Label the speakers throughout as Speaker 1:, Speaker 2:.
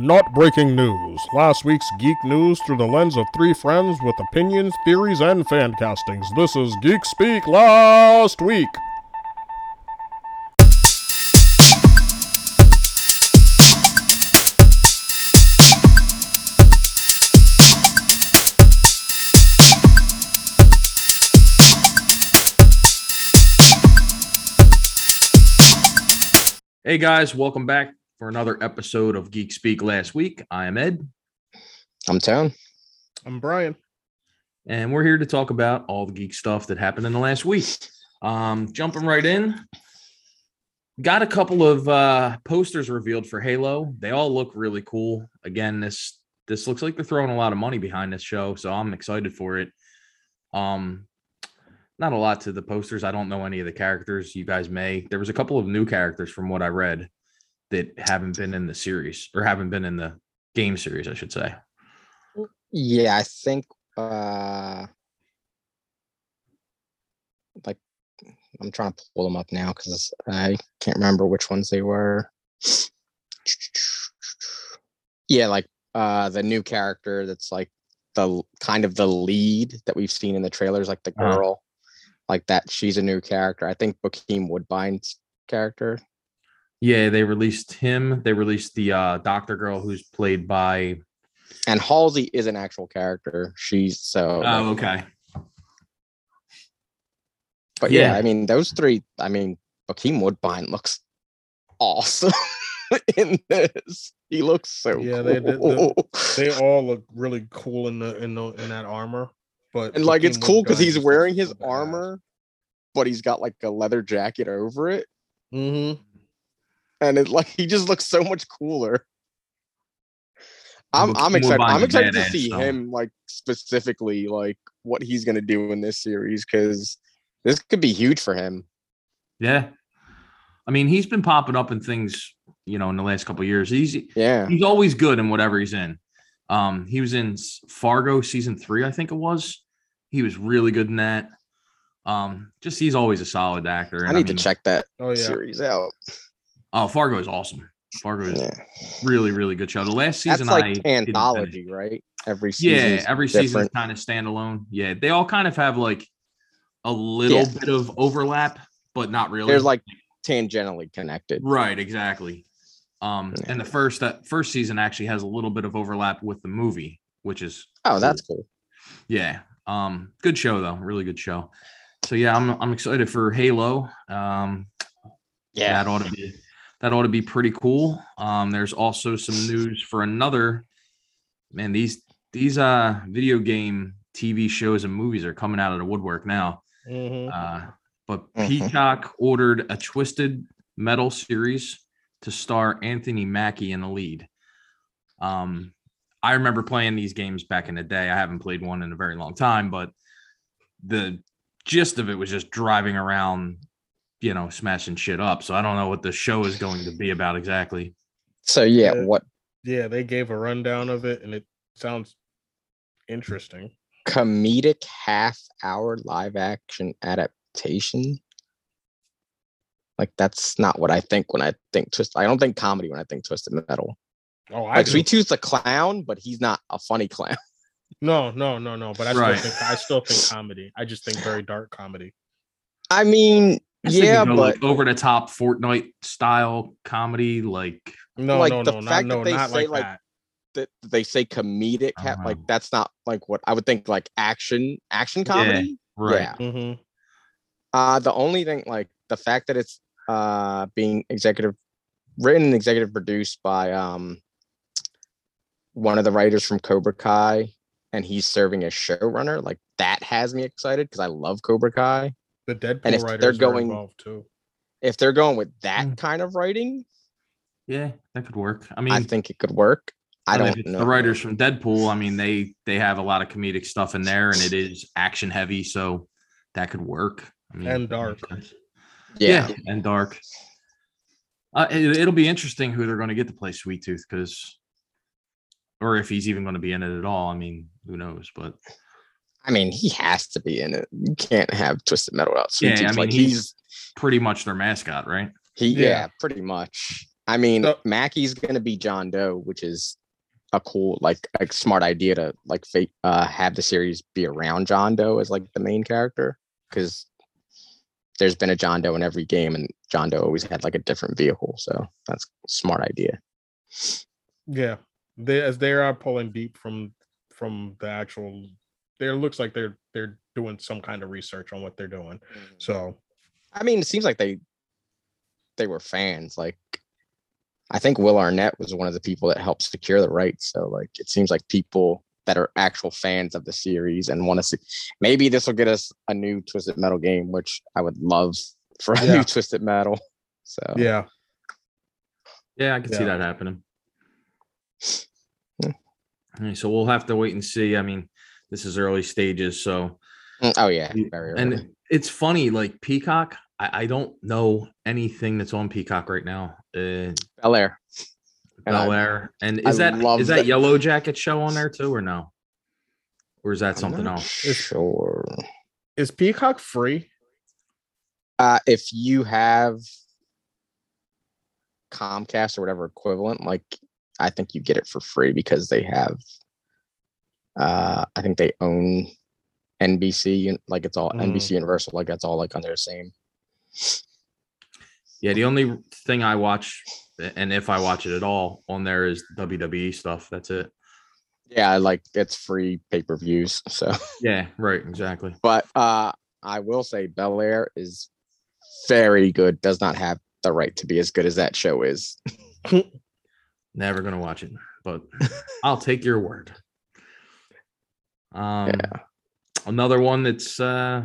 Speaker 1: Not breaking news. Last week's geek news through the lens of three friends with opinions, theories, and fan castings. This is Geek Speak Last Week.
Speaker 2: Hey guys, welcome back for another episode of Geek Speak Last Week. I am Ed,
Speaker 3: I'm down.
Speaker 1: I'm Brian.
Speaker 2: and we're here to talk about all the geek stuff that happened in the last week. Um, jumping right in, got a couple of uh, posters revealed for Halo. They all look really cool. Again, this this looks like they're throwing a lot of money behind this show, so I'm excited for it. Um, not a lot to the posters. I don't know any of the characters. You guys may. There was a couple of new characters from what I read that haven't been in the series or haven't been in the game series, I should say.
Speaker 3: Yeah, I think uh like I'm trying to pull them up now because I can't remember which ones they were. Yeah, like uh the new character that's like the l- kind of the lead that we've seen in the trailers, like the
Speaker 2: Uh-huh.
Speaker 3: girl, like that. She's a new character. I think Bokeem Woodbine's character.
Speaker 2: Yeah, they released him. They released the uh, Doctor Girl, who's played by.
Speaker 3: And Halsey is an actual character. She's so like,
Speaker 2: Oh, okay.
Speaker 3: But yeah,
Speaker 2: Yeah.
Speaker 3: I mean those three. I mean, Joaquin Woodbine looks awesome in this. He looks so
Speaker 4: Yeah,
Speaker 3: cool.
Speaker 4: they- they- they- they all look really cool in the in the in that armor. But
Speaker 3: and like it's
Speaker 4: Joaquin
Speaker 3: cool because
Speaker 4: Woodbine
Speaker 3: he's
Speaker 4: just
Speaker 3: wearing
Speaker 4: looks
Speaker 3: his
Speaker 4: so badass.
Speaker 3: armor, but he's got like a leather jacket over it,
Speaker 4: Mhm.
Speaker 3: and it's like he just looks so much cooler. I'm, I'm
Speaker 2: Joaquin
Speaker 3: excited.
Speaker 2: Woodbine's
Speaker 3: I'm
Speaker 2: a
Speaker 3: excited to
Speaker 2: badass,
Speaker 3: see
Speaker 2: so.
Speaker 3: him like specifically like what he's gonna do in this series because this could be huge for him.
Speaker 2: Yeah, I mean, he's been popping up in things, you know, in the last couple of years. He's
Speaker 3: Yeah.
Speaker 2: he's always good in whatever he's in. Um, he was in S- Fargo season three, I think it was. He was really good in that. Um, just he's always a solid actor.
Speaker 3: I
Speaker 2: and
Speaker 3: need to
Speaker 2: mean-
Speaker 3: check that
Speaker 4: Oh yeah.
Speaker 3: series out.
Speaker 2: Oh, Fargo is awesome. Fargo is
Speaker 3: Yeah.
Speaker 2: really, really good show. The last
Speaker 3: That's
Speaker 2: season, I
Speaker 3: like
Speaker 2: didn't finish.
Speaker 3: anthology, right? Every season.
Speaker 2: Yeah, every season's
Speaker 3: different.
Speaker 2: kind of standalone. Yeah, they all kind of have like a little
Speaker 3: Yeah.
Speaker 2: bit of overlap, but not really.
Speaker 3: They're like tangentially connected.
Speaker 2: right, exactly. Um,
Speaker 3: Yeah.
Speaker 2: and the first that first season actually has a little bit of overlap with the movie, which is
Speaker 3: Oh, that's cool.
Speaker 2: yeah. Um, good show though, really good show. So yeah, I'm I'm excited for Halo. Um, that ought to be that ought to be pretty cool. Um, there's also some news for another man. These these uh video game TV shows and movies are coming out of the woodwork now.
Speaker 4: Mhm.
Speaker 2: Uh, but
Speaker 3: Mhm.
Speaker 2: Peacock ordered a Twisted Metal series to star Anthony Mackie in the lead. Um, I remember playing these games back in the day. I haven't played one in a very long time, but the gist of it was just driving around, you know, smashing shit up. So I don't know what the show is going to be about exactly.
Speaker 3: So yeah,
Speaker 4: Yeah.
Speaker 3: what
Speaker 4: Yeah, they gave a rundown of it, and it sounds interesting.
Speaker 3: comedic half hour live action adaptation? Like that's not what I think when I think twist. I don't think comedy when I think twisted metal.
Speaker 4: Oh, I
Speaker 3: Like
Speaker 4: do.
Speaker 3: Sweet Tooth's a clown, but he's not a funny clown.
Speaker 4: no, no, no, no. But I still
Speaker 2: Right.
Speaker 4: think I still think comedy. I just think very dark comedy.
Speaker 3: I
Speaker 2: I
Speaker 3: mean,
Speaker 2: was thinking
Speaker 3: yeah,
Speaker 2: go,
Speaker 3: but
Speaker 2: like over the top Fortnite style comedy, like
Speaker 4: No,
Speaker 3: Like,
Speaker 4: no,
Speaker 3: the
Speaker 4: no, not,
Speaker 3: fact that
Speaker 4: no,
Speaker 3: they
Speaker 4: not
Speaker 3: say,
Speaker 4: like,
Speaker 3: like,
Speaker 4: that.
Speaker 3: that they say comedic
Speaker 2: I
Speaker 3: ha-
Speaker 2: don't
Speaker 3: like
Speaker 2: know.
Speaker 3: that's not like what I would think like action action
Speaker 2: Uh-huh. Yeah,
Speaker 3: comedy.
Speaker 2: right.
Speaker 3: Yeah.
Speaker 4: Mhm.
Speaker 3: Uh the only thing like the fact that it's uh being executive written and executive produced by um one of the writers from Cobra Kai and he's serving as showrunner, like that has me excited because I love Cobra Kai.
Speaker 4: The Deadpool
Speaker 3: if they're
Speaker 4: writers are
Speaker 3: going-
Speaker 4: involved too.
Speaker 3: If they're going with that
Speaker 2: Mm.
Speaker 3: kind of writing,
Speaker 2: Yeah, that could work. I
Speaker 3: I,
Speaker 2: mean,
Speaker 3: think it could work. I
Speaker 2: And if
Speaker 3: don't
Speaker 2: it's
Speaker 3: know.
Speaker 2: The writers from Deadpool, I mean, they they have a lot of comedic stuff in there, and it is action heavy, so that could work. I mean,
Speaker 4: And
Speaker 2: that makes
Speaker 4: dark.
Speaker 2: sense.
Speaker 3: yeah.
Speaker 2: Yeah. and dark. Uh, it, it'll be interesting who they're going to get to play Sweet Tooth, because, or if he's even going to be in it at all. I mean, who knows? But
Speaker 3: I mean, he has to be in it. You can't have Twisted Metal out.
Speaker 2: Yeah, I mean,
Speaker 3: like
Speaker 2: he's-
Speaker 3: he's
Speaker 2: pretty much their mascot, right?
Speaker 3: He yeah.
Speaker 4: Yeah.
Speaker 3: pretty much. I mean,
Speaker 4: So-
Speaker 3: Mackey's gonna be John Doe, which is a cool, like, like smart idea to like fake uh, have the series be around John Doe as like the main character because there's been a John Doe in every game, and John Doe always had like a different vehicle, so that's a smart idea.
Speaker 4: Yeah, they as they are pulling deep from from the actual. There looks like they're they're doing some kind of research on what they're doing. So
Speaker 3: I mean, it seems like they they were fans. Like, I think Will Arnett was one of the people that helped secure the rights. So, like, it seems like people that are actual fans of the series and want to see. Maybe this will get us a new Twisted Metal game, which I would love for a
Speaker 4: Yeah.
Speaker 3: new Twisted Metal. So,
Speaker 4: yeah,
Speaker 2: Yeah, I can see
Speaker 4: Yeah.
Speaker 2: that happening.
Speaker 3: Hmm.
Speaker 2: All right, so we'll have to wait and see. I mean, this is early stages, so
Speaker 3: Mm, oh yeah,
Speaker 2: Y-
Speaker 3: very early.
Speaker 2: and it's funny, like Peacock. I, I don't know anything that's on Peacock right now. Uh,
Speaker 3: Bel Air. And I-
Speaker 2: Bel Air, and
Speaker 3: I
Speaker 2: is that
Speaker 3: love
Speaker 2: is that
Speaker 3: that-
Speaker 2: Yellow Jacket show on there too, or no? Or is that
Speaker 3: I'm
Speaker 2: something
Speaker 3: not
Speaker 2: else?
Speaker 3: Sure.
Speaker 4: is Peacock free?
Speaker 3: Uh, if you have Comcast or whatever equivalent, like I think you get it for free because they have. Uh, I think they own NBC, and like it's all NBC Universal, like that's all like under the same.
Speaker 2: Yeah, the only thing I watch, and if I watch it at all, on there is WWE stuff. That's it.
Speaker 3: Yeah, like it's free pay per views. So,
Speaker 2: Yeah, right, exactly.
Speaker 3: but uh, I will say Bel Air is very good. Does not have the right to be as good as that show is.
Speaker 2: Never gonna watch it, but I'll take your word. Um, another one that's uh,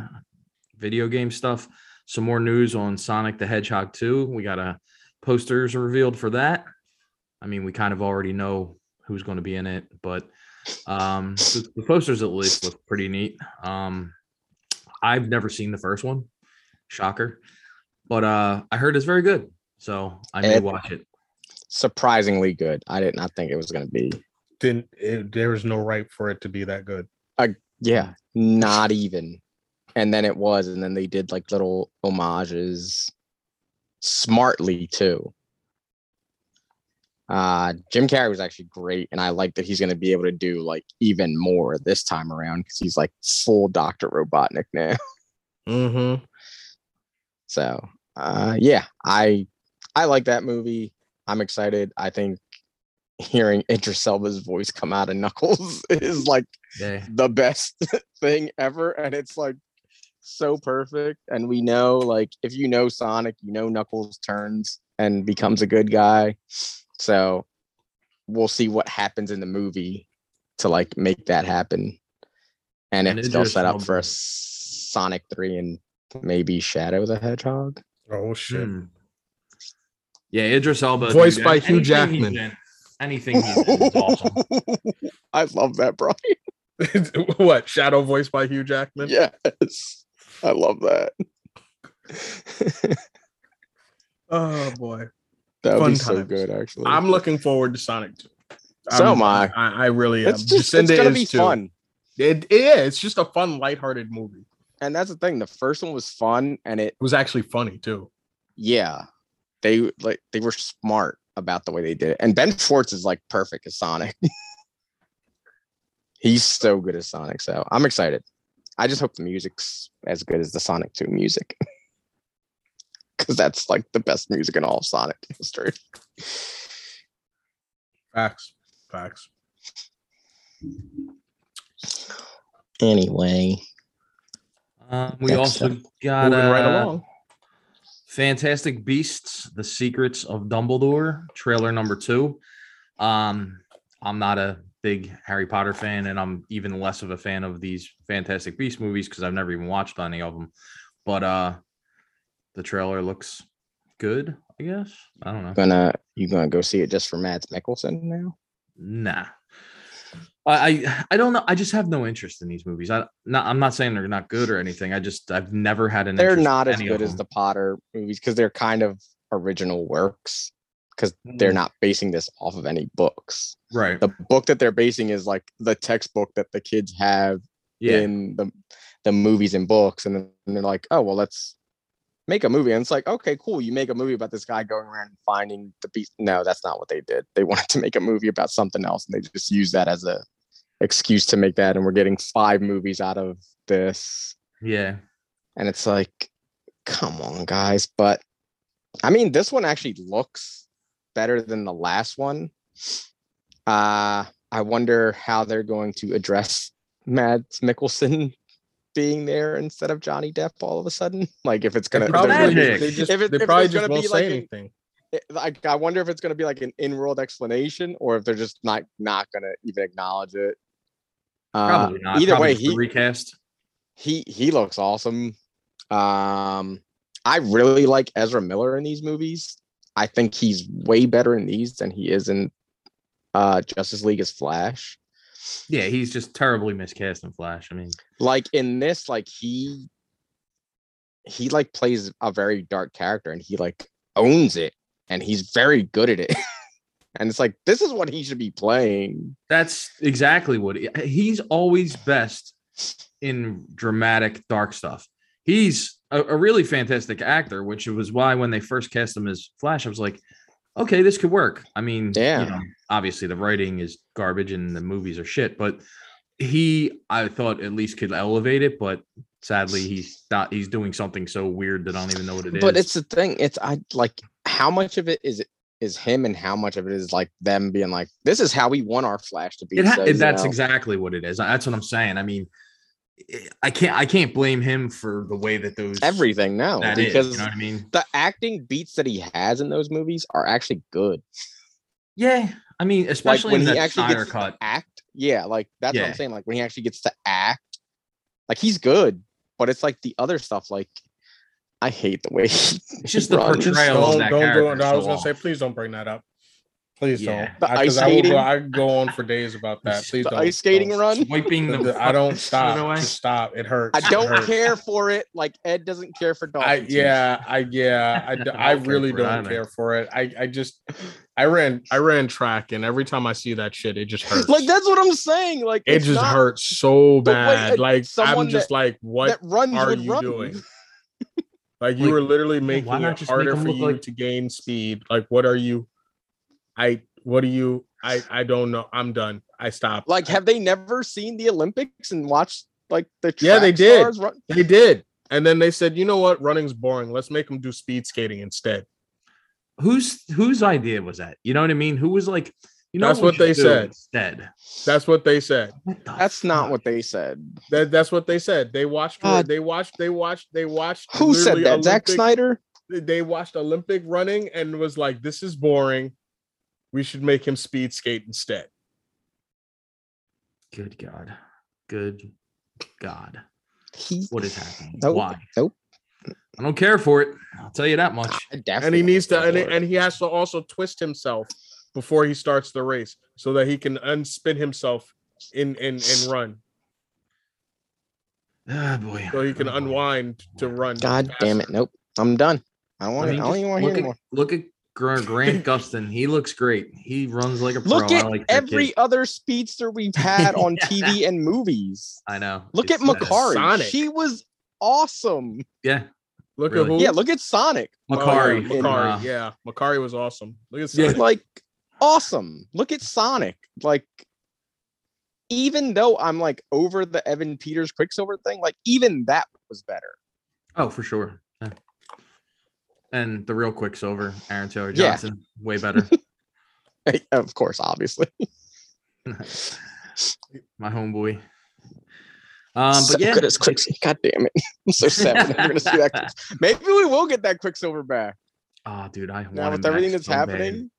Speaker 2: video game stuff. Some more news on Sonic the Hedgehog 2. We got a posters revealed for that. I mean, we kind of already know who's going to be in it, but um, the, the posters at least look pretty neat. Um, I've never seen the first one, shocker, but uh, I heard it's very good, so I may
Speaker 3: Ed-
Speaker 2: watch it.
Speaker 3: Surprisingly good. I did not think it was going to be
Speaker 4: Then it, there is no right for it to be that good.
Speaker 3: Yeah, not even. And then it was, and then they did like little homages smartly too. Uh Jim Carrey was actually great, and I like that he's gonna be able to do like even more this time around because he's like full Dr. Robotnik now.
Speaker 4: Mm-hmm.
Speaker 3: So uh yeah, I I like that movie. I'm excited. I think hearing Idris Elba's voice come out of Knuckles is like
Speaker 2: Yeah.
Speaker 3: the best thing ever and it's like so perfect and we know like if you know sonic you know knuckles turns and becomes a good guy so we'll see what happens in the movie to like make that happen and
Speaker 2: And
Speaker 3: if
Speaker 2: is
Speaker 3: they'll
Speaker 2: there a
Speaker 3: set up for a
Speaker 2: snowball?
Speaker 3: sonic 3 and maybe shadow the hedgehog
Speaker 4: Oh shit!
Speaker 2: Hmm. Yeah, Idris Elba, dude,
Speaker 5: Voiced by
Speaker 2: an-
Speaker 5: Hugh
Speaker 2: anything he's
Speaker 5: Jackman.
Speaker 2: in- Anything he's in is awesome.
Speaker 3: i love that brian
Speaker 4: what shadow voice by Hugh Jackman?
Speaker 3: yes i love that
Speaker 4: Oh boy,
Speaker 3: that would
Speaker 4: Fun
Speaker 3: be so
Speaker 4: times.
Speaker 3: good actually
Speaker 4: I'm looking forward to Sonic Two.
Speaker 3: So
Speaker 4: I'm-
Speaker 3: am I.
Speaker 4: I, I really am.
Speaker 3: it's just it's
Speaker 4: Jacinda
Speaker 3: gonna
Speaker 4: is
Speaker 3: be
Speaker 4: too.
Speaker 3: fun
Speaker 4: It, yeah, it's just a fun, lighthearted movie.
Speaker 3: and that's the thing the first one was fun and it
Speaker 4: It was actually funny too.
Speaker 3: yeah they like they were smart about the way they did it and ben schwartz is like perfect as sonic he's so good as sonic so i'm excited i just hope the music's as good as the sonic 2 music because that's like the best music in all of sonic history
Speaker 4: Facts, facts.
Speaker 3: anyway
Speaker 2: Um, we
Speaker 3: Next
Speaker 2: also
Speaker 3: up.
Speaker 2: got
Speaker 4: Moving right
Speaker 2: uh,
Speaker 4: along.
Speaker 2: Fantastic Beasts: The Secrets of Dumbledore trailer number two. Um, I'm not a big Harry Potter fan, and I'm even less of a fan of these Fantastic Beast movies because I've never even watched any of them. But uh, the trailer looks good. I guess I don't know.
Speaker 3: gonna you gonna go see it just for mads mickelson now
Speaker 2: nah I, I i don't know i just have no interest in these movies i not i'm not saying they're not good or anything i just i've never had an
Speaker 3: they're
Speaker 2: interest in
Speaker 3: not as
Speaker 2: any of
Speaker 3: good as
Speaker 2: them.
Speaker 3: the potter movies because they're kind of original works because they're
Speaker 2: Mm.
Speaker 3: not basing this off of any books.
Speaker 2: right
Speaker 3: The book that they're basing is like the textbook that the kids have
Speaker 2: yeah
Speaker 3: in the the movies and books, and then they're like, oh well, let's make a movie. And it's like, okay, cool. You make a movie about this guy going around and finding the beast. No, that's not what they did. They wanted to make a movie about something else, and they just used that as a excuse to make that. And we're getting five movies out of this,
Speaker 2: Yeah.
Speaker 3: and it's like, come on, guys. But I mean, this one actually looks better than the last one. Uh, I wonder how they're going to address Mads Mikkelsen being there instead of Johnny Depp all of a sudden. Like if it's gonna
Speaker 4: They
Speaker 3: is it
Speaker 4: probably,
Speaker 3: really-
Speaker 2: Magic.
Speaker 4: They just,
Speaker 3: If it-
Speaker 4: they
Speaker 3: if it's
Speaker 4: probably just
Speaker 3: gonna be
Speaker 4: won't
Speaker 3: like
Speaker 4: say
Speaker 3: an-
Speaker 4: anything.
Speaker 3: it- like I wonder if it's going to be like an in-world explanation or if they're just not not going to even acknowledge it. Uh,
Speaker 2: Probably not.
Speaker 3: Either
Speaker 2: Probably
Speaker 3: way,
Speaker 2: just a
Speaker 3: he
Speaker 2: recast.
Speaker 3: he he looks awesome. Um, I really like Ezra Miller in these movies. I think he's way better in these than he is in uh, Justice League as Flash.
Speaker 2: Yeah, he's just terribly miscast in Flash. I mean,
Speaker 3: Like in this, like he he like plays a very dark character and he like owns it and he's very good at it. and it's like this is what he should be playing.
Speaker 2: that's exactly what he- he's always best in dramatic dark stuff. He's a, a really fantastic actor, which was why when they first cast him as Flash, I was like, okay, this could work. I mean,
Speaker 3: Yeah.
Speaker 2: know, obviously the writing is garbage and the movies are shit, but he, I thought at least could elevate it, but sadly he's not, he's doing something so weird that I don't even know what it is.
Speaker 3: but it's the thing it's i like how much of it is is him and how much of it is like them being like this is how we want our flash to be
Speaker 2: It ha-
Speaker 3: so,
Speaker 2: it-
Speaker 3: you
Speaker 2: that's
Speaker 3: know,
Speaker 2: exactly what it is. That's what I'm saying. I mean, I- I can't I can't blame him for the way that those
Speaker 3: everything now
Speaker 2: that is,
Speaker 3: because
Speaker 2: you know what I mean.
Speaker 3: the acting beats that he has in those movies are actually good
Speaker 2: Yeah, I mean, especially
Speaker 3: like
Speaker 2: in
Speaker 3: when he
Speaker 2: that
Speaker 3: actually
Speaker 2: Snyder
Speaker 3: gets
Speaker 2: cut.
Speaker 3: to act yeah like that's what
Speaker 2: Yeah.
Speaker 3: i'm saying like when he actually gets to act like he's good but it's like the other stuff like i hate the way he
Speaker 2: It's just the
Speaker 3: runs.
Speaker 2: portrayal of
Speaker 4: Don't,
Speaker 2: that
Speaker 4: don't do it.
Speaker 2: character.
Speaker 4: I was
Speaker 2: so
Speaker 4: gonna say,
Speaker 2: off.
Speaker 4: please don't bring that up. Please don't.
Speaker 2: Yeah.
Speaker 3: The
Speaker 4: I, 'cause
Speaker 3: ice
Speaker 4: I will
Speaker 3: skating?
Speaker 4: go, I go on for days about that.
Speaker 2: The
Speaker 4: Please
Speaker 3: the
Speaker 4: don't.
Speaker 3: ice skating
Speaker 4: don't.
Speaker 3: run
Speaker 2: wiping
Speaker 4: The-
Speaker 2: the,
Speaker 4: the- I don't
Speaker 2: fucking
Speaker 4: stop.
Speaker 2: away.
Speaker 4: Just stop. It hurts.
Speaker 3: i
Speaker 4: It
Speaker 3: don't
Speaker 4: hurts.
Speaker 3: care for it like ed doesn't care for dogs
Speaker 4: I yeah, I yeah, I, d-
Speaker 2: I
Speaker 4: I
Speaker 2: don't care
Speaker 4: really
Speaker 2: for it
Speaker 4: don't
Speaker 2: either.
Speaker 4: care for it. I I just I ran I ran track and every time I see that shit, it just hurts.
Speaker 3: like that's what I'm saying. Like
Speaker 4: it
Speaker 3: it's
Speaker 4: just
Speaker 3: not-
Speaker 4: hurts so
Speaker 3: the way
Speaker 4: bad.
Speaker 3: that
Speaker 4: Like
Speaker 3: someone
Speaker 4: I'm just like, what
Speaker 3: that runs
Speaker 4: are
Speaker 3: would
Speaker 4: you
Speaker 3: run.
Speaker 4: doing? Like you
Speaker 2: Like,
Speaker 4: were literally
Speaker 2: yeah,
Speaker 4: making
Speaker 2: why not
Speaker 4: it
Speaker 2: just make
Speaker 4: harder
Speaker 2: 'em
Speaker 4: for
Speaker 2: look
Speaker 4: you
Speaker 2: like-
Speaker 4: to gain speed. Like what are you? I what do you? I I don't know. I'm done. I stopped.
Speaker 3: Like, have they never seen the Olympics and watched like the
Speaker 4: Yeah, they
Speaker 3: track
Speaker 4: did.
Speaker 3: stars run?
Speaker 4: they did, and then they said, you know what? Running's boring. Let's make them do speed skating instead.
Speaker 2: Whose whose idea was that? You know what I mean? Who was like, you know,
Speaker 4: That's
Speaker 2: we
Speaker 4: what they
Speaker 2: should do
Speaker 4: said.
Speaker 2: Instead,
Speaker 4: That's what they said.
Speaker 2: What the
Speaker 3: That's not
Speaker 2: fuck?
Speaker 3: what they said.
Speaker 4: That, that's what they said. They watched.
Speaker 3: God.
Speaker 4: They watched. They watched. They watched.
Speaker 3: Who said
Speaker 4: literally
Speaker 3: that?
Speaker 4: Olympic-
Speaker 3: Zack Snyder?
Speaker 4: They watched Olympic running and was like, "This is boring. We should make him speed skate instead."
Speaker 2: Good God, good God,
Speaker 3: He
Speaker 2: what is happening?
Speaker 3: Nope.
Speaker 2: Why?
Speaker 3: Nope.
Speaker 2: I don't care for it. I'll tell you that much.
Speaker 3: I definitely
Speaker 4: and he needs to,
Speaker 3: don't
Speaker 4: and,
Speaker 3: care
Speaker 4: he-
Speaker 3: for it.
Speaker 4: and he has to also twist himself before he starts the race so that he can unspin himself in in and run,
Speaker 2: Ah, boy.
Speaker 4: so he can
Speaker 2: Oh, boy.
Speaker 4: unwind to run.
Speaker 3: God damn it! Nope, I'm done. I don't
Speaker 2: I
Speaker 3: want.
Speaker 2: mean,
Speaker 3: I,
Speaker 2: just
Speaker 3: don't even want to hear
Speaker 2: look, at,
Speaker 3: anymore.
Speaker 2: look at Gra- Grant Gustin. He looks great. He runs like a pro.
Speaker 3: Look
Speaker 2: I
Speaker 3: at
Speaker 2: like that
Speaker 3: every
Speaker 2: kid.
Speaker 3: other speedster we've had on TV and movies.
Speaker 2: I know.
Speaker 3: Look
Speaker 2: It's
Speaker 3: at
Speaker 2: sad.
Speaker 3: Makari.
Speaker 4: Sonic.
Speaker 3: She was awesome.
Speaker 2: Yeah,
Speaker 4: Look
Speaker 2: Really?
Speaker 4: at who?
Speaker 3: Yeah, look at Sonic.
Speaker 4: Oh, yeah,
Speaker 2: Makari.
Speaker 3: in,
Speaker 4: Makari.
Speaker 2: uh,
Speaker 4: yeah, Makari was awesome. Look at
Speaker 2: Yeah.
Speaker 4: Sonic.
Speaker 3: like awesome. Look at Sonic. Like even though I'm like over the Evan Peters Quicksilver thing, like even that was better.
Speaker 2: Oh, for sure. Yeah. And the real Quicksilver, Aaron Taylor
Speaker 3: Yeah.
Speaker 2: Johnson, way better.
Speaker 3: of course, obviously.
Speaker 2: My homeboy. Um,
Speaker 3: so
Speaker 2: but yeah,
Speaker 3: good as Quicksilver. God damn it. I'm so sad we're never gonna see that. Quicks- Maybe we will get that Quicksilver back
Speaker 2: oh, dude, I
Speaker 3: now
Speaker 2: want him
Speaker 3: with
Speaker 2: back
Speaker 3: everything that's
Speaker 2: so bad.
Speaker 3: happening.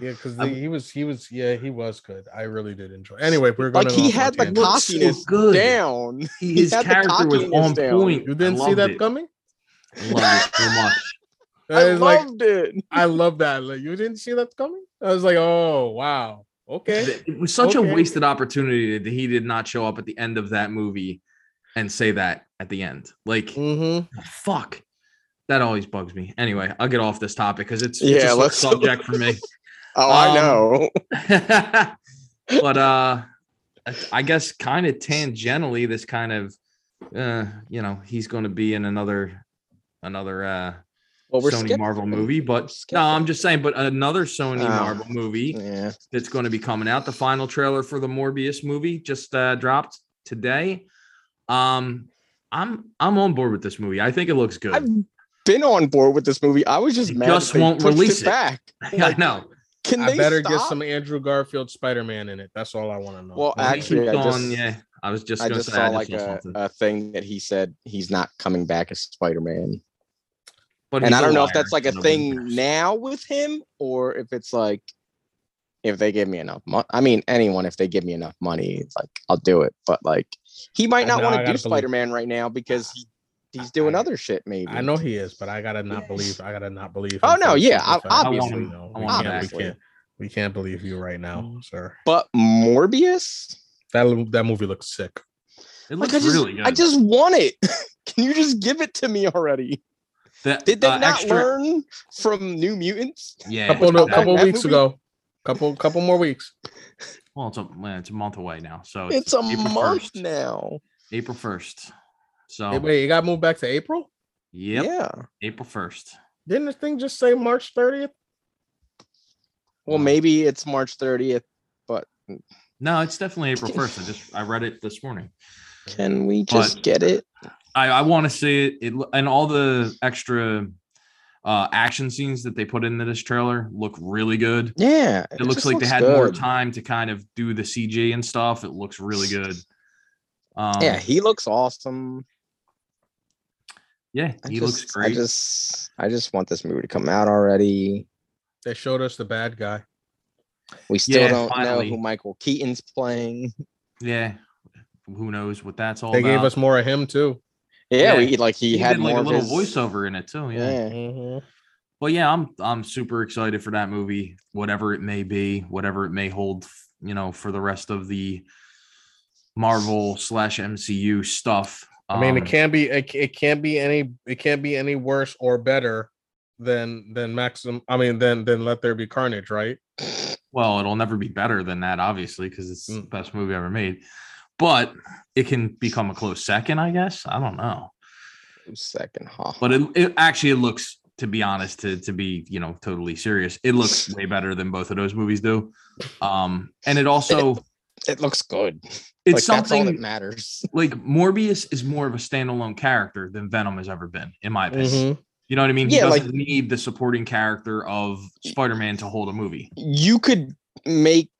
Speaker 4: Yeah, because
Speaker 2: I'm-
Speaker 4: he was he was yeah he was good. I really did enjoy. Anyway, we're going
Speaker 3: Like, he
Speaker 4: off on
Speaker 3: had the
Speaker 2: He
Speaker 4: tangents.
Speaker 2: looks
Speaker 3: cockiness
Speaker 2: good.
Speaker 3: Down.
Speaker 2: He-
Speaker 3: He
Speaker 2: His
Speaker 3: had the
Speaker 2: character was
Speaker 3: cockiness
Speaker 2: on
Speaker 3: down.
Speaker 2: point.
Speaker 4: You
Speaker 2: I
Speaker 4: didn't see
Speaker 2: loved
Speaker 4: that
Speaker 2: it.
Speaker 4: coming.
Speaker 2: I loved it so much.
Speaker 3: I
Speaker 4: I was like,
Speaker 3: loved it.
Speaker 4: I love that. Like, you didn't see that coming. I was like, oh wow, okay.
Speaker 2: It was such
Speaker 4: Okay.
Speaker 2: a wasted opportunity that he did not show up at the end of that movie and say that at the end. Like,
Speaker 3: Mm.
Speaker 4: Mm-hmm.
Speaker 2: fuck. That always bugs me. Anyway, I'll get off this topic because it's,
Speaker 3: Yeah,
Speaker 2: it's a sore
Speaker 3: let's-
Speaker 2: subject for me.
Speaker 3: Oh,
Speaker 2: Um,
Speaker 3: I know.
Speaker 2: but uh I- I guess kind of tangentially, this kind of uh, you know, he's gonna be in another another uh
Speaker 3: Well, we're
Speaker 2: Sony
Speaker 3: skipping-
Speaker 2: Marvel movie, but
Speaker 3: skip
Speaker 2: no,
Speaker 3: it.
Speaker 2: I'm just saying, but another Sony
Speaker 3: Oh.
Speaker 2: Marvel movie
Speaker 3: Yeah.
Speaker 2: that's going to be coming out. The final trailer for the Morbius movie just uh, dropped today. Um, I'm I'm on board with this movie. I think it looks good.
Speaker 3: I've been on board with this movie. I was just
Speaker 2: They
Speaker 3: mad.
Speaker 2: just
Speaker 3: that they
Speaker 2: won't
Speaker 3: pushed
Speaker 2: release it.
Speaker 3: it back.
Speaker 2: I know.
Speaker 3: Can
Speaker 4: I
Speaker 3: they
Speaker 4: better
Speaker 3: stop?
Speaker 4: get some Andrew Garfield Spider Man in it. That's all I want to know.
Speaker 3: Well,
Speaker 4: I need-
Speaker 2: He
Speaker 3: actually,
Speaker 2: keeps
Speaker 3: I just-
Speaker 2: on- yeah, I was just
Speaker 3: I
Speaker 2: going to
Speaker 3: just
Speaker 2: say I
Speaker 3: saw
Speaker 2: just
Speaker 3: like
Speaker 2: saw
Speaker 3: a,
Speaker 2: something.
Speaker 3: a thing that he said he's not coming back as Spider Man,
Speaker 2: but
Speaker 3: and
Speaker 2: he's
Speaker 3: I don't know if
Speaker 2: liar
Speaker 3: that's like a
Speaker 2: and
Speaker 3: thing
Speaker 2: whingers.
Speaker 3: now with him or if it's like if they give me enough money. I mean, anyone if they give me enough money, it's like I'll do it. But like he
Speaker 4: I
Speaker 3: might not
Speaker 4: know, I
Speaker 3: want to
Speaker 4: gotta
Speaker 3: do
Speaker 4: believe-
Speaker 3: Spider Man right now because he, he's doing
Speaker 4: I-
Speaker 3: other shit. Maybe
Speaker 4: I know he is, but I gotta not
Speaker 3: Yes.
Speaker 4: believe. I gotta not believe.
Speaker 3: Oh,
Speaker 4: him
Speaker 3: no,
Speaker 4: for a
Speaker 3: yeah,
Speaker 4: simple
Speaker 3: I-
Speaker 4: fact.
Speaker 2: obviously.
Speaker 4: We know.
Speaker 2: I
Speaker 4: We
Speaker 2: want him
Speaker 4: can't,
Speaker 2: back.
Speaker 4: we can't. We can't believe you right
Speaker 3: Mm-hmm.
Speaker 4: now, sir.
Speaker 3: But Morbius,
Speaker 4: That lo- that movie looks sick.
Speaker 2: It
Speaker 3: like
Speaker 2: looks
Speaker 3: I just
Speaker 2: really good.
Speaker 3: I just want it. Can you just give it to me already?
Speaker 2: The,
Speaker 3: Did they
Speaker 2: uh,
Speaker 3: not
Speaker 2: extra-
Speaker 3: learn from New Mutants?
Speaker 2: Yeah,
Speaker 4: Couple no,
Speaker 2: that-
Speaker 4: couple
Speaker 3: that
Speaker 4: weeks
Speaker 3: movie-
Speaker 4: ago, couple couple more weeks.
Speaker 2: well, it's a, well, it's a month away now, so
Speaker 3: It's a
Speaker 2: April
Speaker 3: month
Speaker 2: 1st.
Speaker 3: now.
Speaker 2: April first. So
Speaker 3: Oh.
Speaker 4: Hey, wait, it got moved back to April.
Speaker 2: yep,
Speaker 3: Yeah.
Speaker 2: April first.
Speaker 4: Didn't this thing just say March thirtieth?
Speaker 3: Well,
Speaker 2: Wow.
Speaker 3: maybe it's March 30th.
Speaker 2: No, it's definitely April first. I just I read it this morning.
Speaker 3: Can we just
Speaker 2: But-
Speaker 3: get it?
Speaker 2: I, I want to see it, it lo- and all the extra uh action scenes that they put into this trailer look really good. It,
Speaker 3: Yeah. It,
Speaker 2: looks
Speaker 3: just
Speaker 2: like they had more
Speaker 3: good.
Speaker 2: time to kind of do the CG and stuff. It looks really good. Um,
Speaker 3: Yeah, he looks awesome.
Speaker 2: yeah,
Speaker 3: I
Speaker 2: he
Speaker 3: just,
Speaker 2: looks great.
Speaker 3: I just I just want this movie to come out already.
Speaker 4: They showed us the bad guy.
Speaker 3: We still
Speaker 2: Yeah,
Speaker 3: don't
Speaker 2: finally.
Speaker 3: know who Michael Keaton's playing.
Speaker 2: yeah, who knows what that's all
Speaker 4: They
Speaker 2: about?
Speaker 4: gave us more of him too.
Speaker 3: Yeah,
Speaker 2: Yeah,
Speaker 3: we like he,
Speaker 2: he,
Speaker 3: had
Speaker 2: did
Speaker 3: more
Speaker 2: like a
Speaker 3: of
Speaker 2: little
Speaker 3: his-
Speaker 2: voiceover in it too. yeah.
Speaker 3: Yeah.
Speaker 2: Well, yeah, I'm I'm super excited for that movie, whatever it may be, whatever it may hold, you know, for the rest of the Marvel slash MCU stuff.
Speaker 4: I mean,
Speaker 2: Um,
Speaker 4: it can't be it, it can't be any it can't be any worse or better than than Maxim. I mean, then then let there be carnage, right?
Speaker 2: Well, it'll never be better than that, obviously, because it's the
Speaker 4: Mm.
Speaker 2: best movie ever made. But it can become a close second, I guess. I don't know,
Speaker 3: Second half.
Speaker 2: but it, it actually it looks, to be honest, to to be you know totally serious, it looks way better than both of those movies do. Um, and it also
Speaker 3: it looks good.
Speaker 2: it's
Speaker 3: like that's all
Speaker 2: something
Speaker 3: that matters.
Speaker 2: like Morbius is more of a standalone character than Venom has ever been, in my opinion.
Speaker 4: Mhm.
Speaker 2: You know what I mean?
Speaker 3: Mm-hmm. Yeah,
Speaker 2: he
Speaker 3: like-
Speaker 2: doesn't need the supporting character of Spider-Man to hold a movie.
Speaker 3: you could make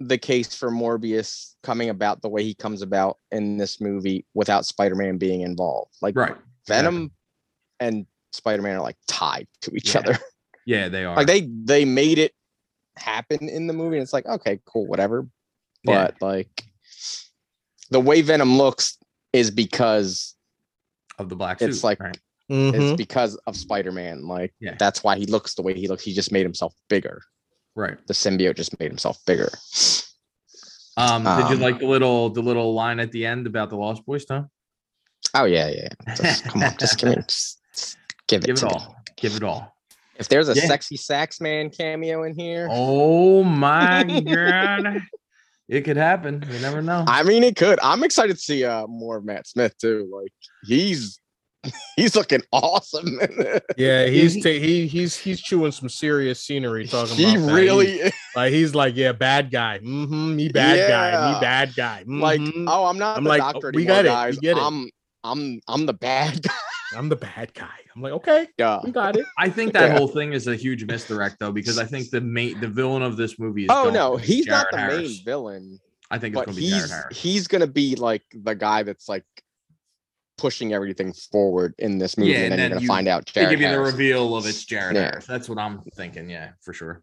Speaker 3: the case for Morbius coming about the way he comes about in this movie without Spider-Man being involved. Like
Speaker 2: Right.
Speaker 3: Venom and Spider-Man are like tied to each
Speaker 2: Yeah.
Speaker 3: other.
Speaker 2: Yeah, they are.
Speaker 3: Like they they made it happen in the movie and it's like okay, cool, whatever.
Speaker 2: Yeah.
Speaker 3: But like the way Venom looks is because
Speaker 2: of the black suit.
Speaker 3: it's like-
Speaker 2: right?
Speaker 4: Mhm.
Speaker 3: it's because of Spider-Man. Like
Speaker 2: Mm-hmm. Yeah.
Speaker 3: that's why he looks the way he looks. He just made himself bigger.
Speaker 2: right.
Speaker 3: The symbiote just made himself bigger.
Speaker 2: Um, did you
Speaker 3: Um,
Speaker 2: like the little the little line at the end about the Lost Boys, Tom?
Speaker 3: Oh yeah, yeah. yeah. Just, come on, just give me, just, just give it
Speaker 2: Give it
Speaker 3: to me.
Speaker 2: all. Give it all.
Speaker 3: If there's a
Speaker 2: Yeah.
Speaker 3: sexy sax man cameo in here,
Speaker 2: Oh my god. It could happen. You never know.
Speaker 3: I mean it could. I'm excited to see uh more of Matt Smith too. Like he's he's looking awesome. in this.
Speaker 4: Yeah,
Speaker 2: Yeah,
Speaker 4: he's
Speaker 2: he-
Speaker 4: ta- he he's he's chewing some serious scenery talking
Speaker 3: he
Speaker 4: about that.
Speaker 3: really is.
Speaker 4: like he's like yeah, bad guy. Mm-hmm. Me bad guy.
Speaker 3: Yeah.
Speaker 4: Me bad guy.
Speaker 3: like
Speaker 4: Mhm.
Speaker 3: oh I'm not
Speaker 4: I'm
Speaker 3: the
Speaker 4: like,
Speaker 3: doctor
Speaker 4: "Oh, we
Speaker 3: anymore,
Speaker 4: got it, we
Speaker 3: guys.
Speaker 4: get it."
Speaker 3: I'm I'm I'm the bad guy.
Speaker 4: I'm the bad guy. I'm like okay,
Speaker 3: Yeah.
Speaker 4: we got it.
Speaker 2: I think that
Speaker 3: Yeah.
Speaker 2: whole thing is a huge misdirect though, because I think the main the villain of this movie is
Speaker 3: Oh
Speaker 2: going
Speaker 3: no,
Speaker 2: to be
Speaker 3: he's not
Speaker 2: Jared
Speaker 3: the
Speaker 2: Harris.
Speaker 3: main villain,
Speaker 2: I think it's
Speaker 3: but
Speaker 2: gonna be Jared
Speaker 3: he's
Speaker 2: Harris.
Speaker 3: he's gonna be like the guy that's like pushing everything forward in this movie,
Speaker 2: Yeah,
Speaker 3: and,
Speaker 2: and
Speaker 3: then,
Speaker 2: then
Speaker 3: you're gonna
Speaker 2: you-
Speaker 3: find out
Speaker 2: they
Speaker 3: Jared
Speaker 2: give you the
Speaker 3: Harris.
Speaker 2: reveal of it's Jared
Speaker 3: Yeah.
Speaker 2: Harris. That's what I'm thinking. Yeah, for sure.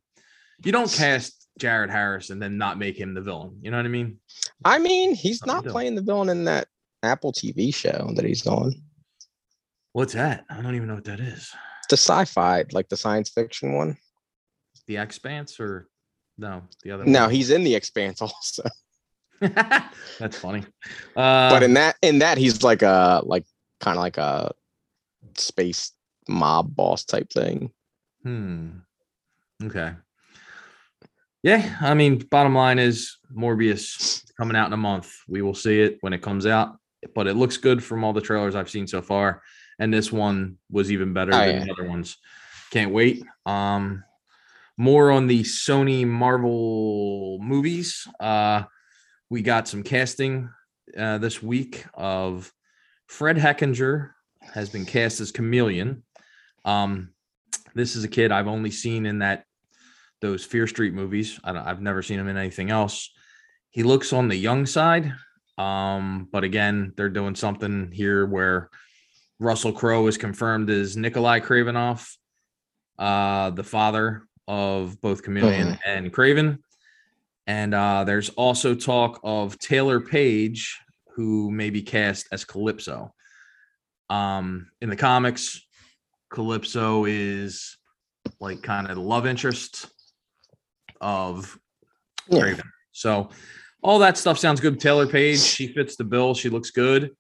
Speaker 2: You don't cast Jared Harris and then not make him the villain. You know what I mean?
Speaker 3: I mean, he's
Speaker 2: How we
Speaker 3: not
Speaker 2: doing?
Speaker 3: playing the villain in that Apple TV show that he's on.
Speaker 2: What's that? I don't even know what that is.
Speaker 3: The sci-fi, like the science fiction one.
Speaker 2: The Expanse or no? The other?
Speaker 3: No,
Speaker 2: one.
Speaker 3: he's in the Expanse also,
Speaker 2: That's funny. Uh,
Speaker 3: but in that in that he's like a like kind of like a space mob boss type thing.
Speaker 2: hmm. Okay. Yeah, I mean, bottom line is Morbius coming out in a month. We will see it when it comes out, but it looks good from all the trailers I've seen so far. and this one was even better
Speaker 3: Oh,
Speaker 2: than
Speaker 3: yeah.
Speaker 2: the other ones. Can't wait. Um, more on the Sony Marvel movies. Uh, we got some casting uh, this week of Fred Heckinger has been cast as Chameleon. Um, this is a kid I've only seen in that those Fear Street movies. I don't, I've never seen him in anything else. He looks on the young side, um, but again, they're doing something here where Russell Crowe is confirmed as Nikolai Kravinoff, uh, the father of both Chameleon
Speaker 3: Mhm.
Speaker 2: and Craven. And uh, there's also talk of Taylor Page, who may be cast as Calypso. Um, in the comics, Calypso is like kind of the love interest of
Speaker 3: Yeah.
Speaker 2: Craven. So all that stuff sounds good. Taylor Page, she fits the bill. She looks good.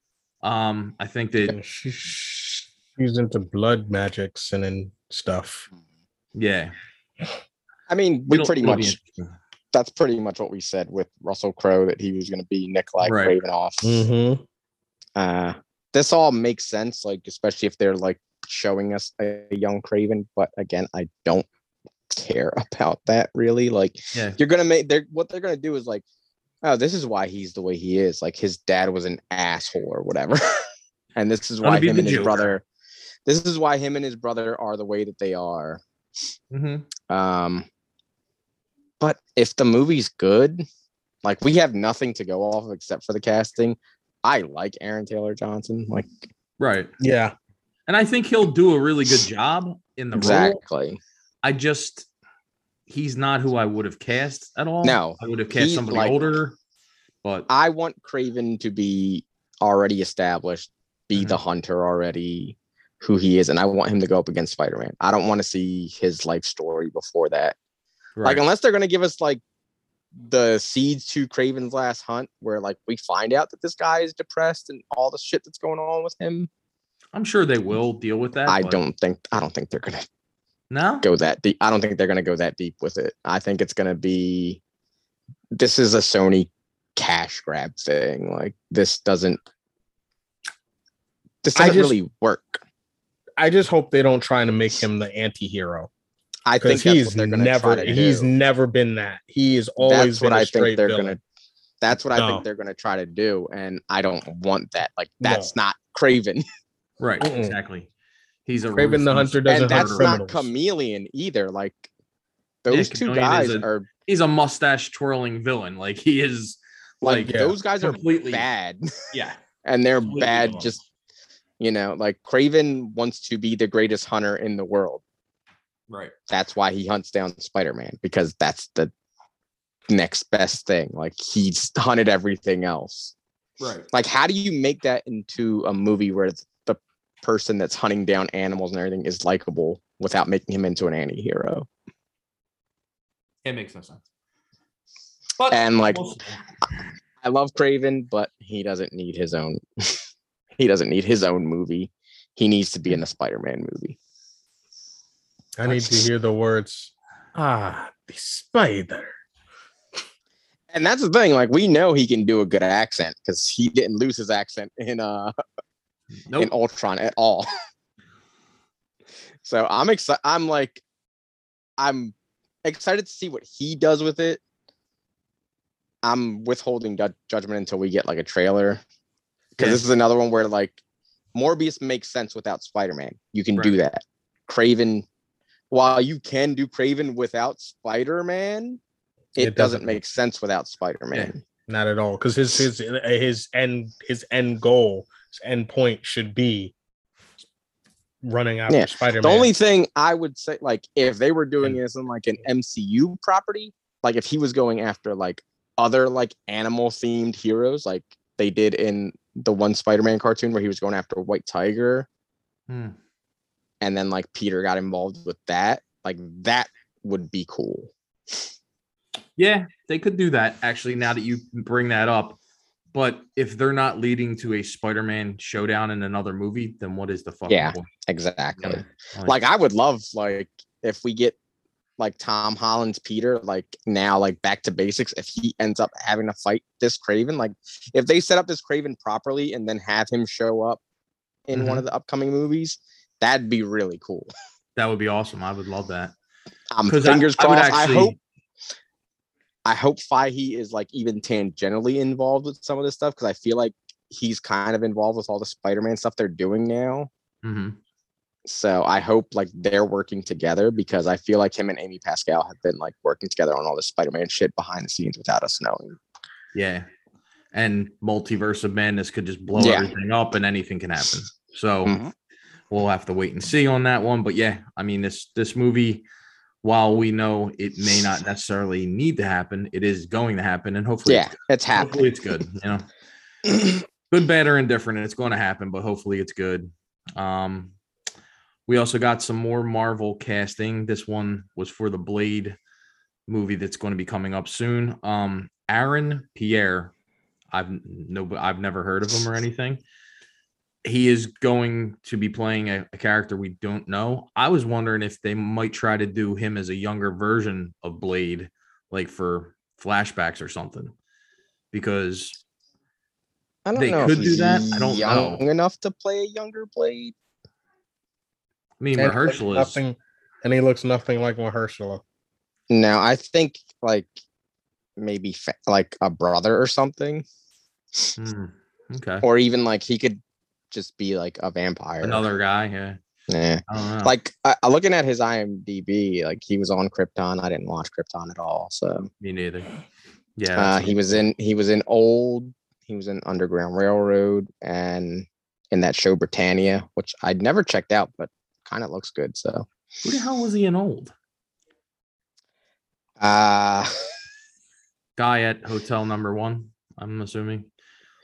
Speaker 2: Um, I think that
Speaker 4: She, she's into blood magic and stuff.
Speaker 2: yeah,
Speaker 3: I mean, we
Speaker 2: It'll-
Speaker 3: pretty
Speaker 2: it'll be
Speaker 3: much
Speaker 2: interesting.
Speaker 3: that's pretty much what we said with Russell Crowe that he was going to be Nikolai
Speaker 2: Right.
Speaker 3: Kravinoff.
Speaker 4: Mm-hmm.
Speaker 3: Uh, this all makes sense, like especially if they're like showing us a, a young Craven. But again, I don't care about that really. Like
Speaker 2: Yeah.
Speaker 3: you're gonna make they're what they're gonna do is like, oh, this is why he's the way he is. Like his dad was an asshole or whatever, and this is
Speaker 2: Gonna
Speaker 3: why
Speaker 2: be
Speaker 3: him
Speaker 2: the
Speaker 3: and his
Speaker 2: Joker.
Speaker 3: brother. This is why him and his brother are the way that they are.
Speaker 2: Mhm.
Speaker 3: Um, but if the movie's good, like we have nothing to go off of except for the casting. I like Aaron Taylor Johnson. Like
Speaker 2: right.
Speaker 4: Yeah.
Speaker 2: And I think he'll do a really good job in the role.
Speaker 3: exactly.
Speaker 2: I just he's not who I would have cast at all.
Speaker 3: No,
Speaker 2: I would have cast
Speaker 3: he's
Speaker 2: somebody
Speaker 3: like-
Speaker 2: older, but
Speaker 3: I want Craven to be already established, be the hunter already, who he is, and I want him to go up against Spider Man. I don't want to see his life story before that.
Speaker 2: right.
Speaker 3: Like unless they're gonna give us like the seeds to Craven's last hunt, where like we find out that this guy is depressed and all the shit that's going on with him.
Speaker 2: I'm sure they will deal with that.
Speaker 3: I
Speaker 2: but-
Speaker 3: don't think I don't think they're gonna
Speaker 2: no.
Speaker 3: go that deep. I don't think they're gonna go that deep with it. I think it's gonna be this is a Sony cash grab thing. Like this doesn't this
Speaker 4: I
Speaker 3: doesn't
Speaker 4: just-
Speaker 3: really work.
Speaker 4: I just hope they don't try to make him the anti-hero
Speaker 3: I
Speaker 4: because
Speaker 3: think that's
Speaker 4: he's
Speaker 3: what they're gonna try
Speaker 4: never
Speaker 3: to
Speaker 4: he's
Speaker 3: do.
Speaker 4: never been that. He is always
Speaker 3: that's what
Speaker 4: been a
Speaker 3: I
Speaker 4: straight
Speaker 3: think they're
Speaker 4: villain.
Speaker 3: gonna that's what I
Speaker 4: No.
Speaker 3: think they're gonna try to do, and I don't want that. Like
Speaker 4: No.
Speaker 3: that's not Craven,
Speaker 2: Right.
Speaker 4: Mm-mm.
Speaker 2: Exactly. He's a
Speaker 4: Craven the
Speaker 2: ruthless-
Speaker 4: Hunter doesn't
Speaker 3: and that's
Speaker 4: hurt
Speaker 3: not
Speaker 4: criminals.
Speaker 3: Chameleon either. Like those two
Speaker 2: Chameleon is
Speaker 3: guys
Speaker 2: a-
Speaker 3: are
Speaker 2: He's a mustache twirling villain. Like he is
Speaker 3: like
Speaker 2: like
Speaker 4: yeah.
Speaker 3: those guys are
Speaker 2: completely
Speaker 3: bad.
Speaker 2: Yeah.
Speaker 3: and they're
Speaker 2: Completely
Speaker 3: bad
Speaker 2: wrong.
Speaker 3: just you know like craven wants to be the greatest hunter in the world
Speaker 2: Right.
Speaker 3: that's why he hunts down spider-man because that's the next best thing like he's hunted everything else
Speaker 2: Right.
Speaker 3: like how do you make that into a movie where the person that's hunting down animals and everything is likable without making him into an anti-hero
Speaker 2: It makes no sense. But
Speaker 3: And, like-
Speaker 2: we'll see.
Speaker 3: i love craven but he doesn't need his own he doesn't need his own movie he needs to be in the spider-man movie
Speaker 4: I need to hear the words. Ah, the spider.
Speaker 3: And that's the thing, like we know he can do a good accent because he didn't lose his accent in uh in
Speaker 2: nope.
Speaker 3: Ultron at all. so I'm excited. I'm like, I'm excited to see what he does with it. I'm withholding ju- judgment until we get like a trailer because
Speaker 2: Yeah.
Speaker 3: this is another one where like Morbius makes sense without Spider-Man. You can do that. Craven, while you can do Craven without Spider-Man, it,
Speaker 4: It doesn't
Speaker 3: doesn't make sense without Spider-Man.
Speaker 4: Not at all. Because his his his end his end goal, his end point should be running after
Speaker 3: Yeah.
Speaker 4: Spider-Man.
Speaker 3: The only thing I would say, like, if they were doing
Speaker 4: And-
Speaker 3: this in like an MCU property, like if he was going after like other like animal themed heroes, like they did in the one Spider-Man cartoon where he was going after White Tiger,
Speaker 2: Hmm.
Speaker 3: and then like Peter got involved with that, like that would be cool.
Speaker 2: Yeah, they could do that actually now that you bring that up. But if they're not leading to a Spider-Man showdown in another movie, then what is the fucking
Speaker 3: Yeah.
Speaker 2: point?
Speaker 3: Exactly.
Speaker 2: Yeah.
Speaker 3: Like I would love like if we get like Tom Holland's Peter like now like back to basics if he ends up having to fight this Craven like if they set up this Craven properly and then have him show up in
Speaker 2: Mm-hmm.
Speaker 3: one of the upcoming movies, that'd be really cool.
Speaker 2: That would be awesome. I would love that.
Speaker 3: Um,
Speaker 2: 'Cause I-
Speaker 3: fingers
Speaker 2: I would
Speaker 3: crossed.
Speaker 2: actually-
Speaker 3: I hope. I hope Fahey is like even tangentially involved with some of this stuff because I feel like he's kind of involved with all the Spider-Man stuff they're doing now.
Speaker 2: Mhm.
Speaker 3: So I hope like they're working together because I feel like him and Amy Pascal have been like working together on all this Spider-Man shit behind the scenes without us knowing.
Speaker 2: Yeah. And multiverse of madness could just blow
Speaker 3: Yeah.
Speaker 2: everything up and anything can happen. So
Speaker 3: Mhm.
Speaker 2: we'll have to wait and see on that one. But yeah, I mean this this movie, while we know it may not necessarily need to happen, it is going to happen, and hopefully,
Speaker 3: Yeah, it's
Speaker 2: hopefully
Speaker 3: happening.
Speaker 2: it's good. You know, good, bad, or indifferent, it's going to happen. But hopefully, it's good. Um, we also got some more Marvel casting. This one was for the Blade movie that's going to be coming up soon. Um, Aaron Pierre, I've n- no, I've never heard of him or anything. He is going to be playing a, a character we don't know. I was wondering if they might try to do him as a younger version of Blade, like for flashbacks or something, because
Speaker 3: I don't
Speaker 2: They
Speaker 3: know
Speaker 2: could
Speaker 3: if
Speaker 2: do that.
Speaker 3: he's
Speaker 2: I don't
Speaker 3: young
Speaker 2: know.
Speaker 3: enough to play a younger Blade.
Speaker 2: I mean,
Speaker 4: And he looks
Speaker 2: rehearsal is
Speaker 4: nothing, and he looks nothing like Mahershala.
Speaker 3: No, I think like maybe fa- like a brother or something,
Speaker 2: Hmm, okay.
Speaker 3: or even like he could just be like a vampire.
Speaker 2: Another Oh. guy, yeah.
Speaker 3: Yeah.
Speaker 2: I don't know.
Speaker 3: Like I, I- looking at his IMDb, like he was on Krypton. I didn't watch Krypton at all, so
Speaker 2: me neither. Yeah,
Speaker 3: uh,
Speaker 2: that's-
Speaker 3: he was in he was in old. He was in Underground Railroad and in that show Britannia, which I'd never checked out, but kind of looks good. So
Speaker 2: who the hell was he an old
Speaker 3: uh
Speaker 2: guy at hotel number one? I'm assuming,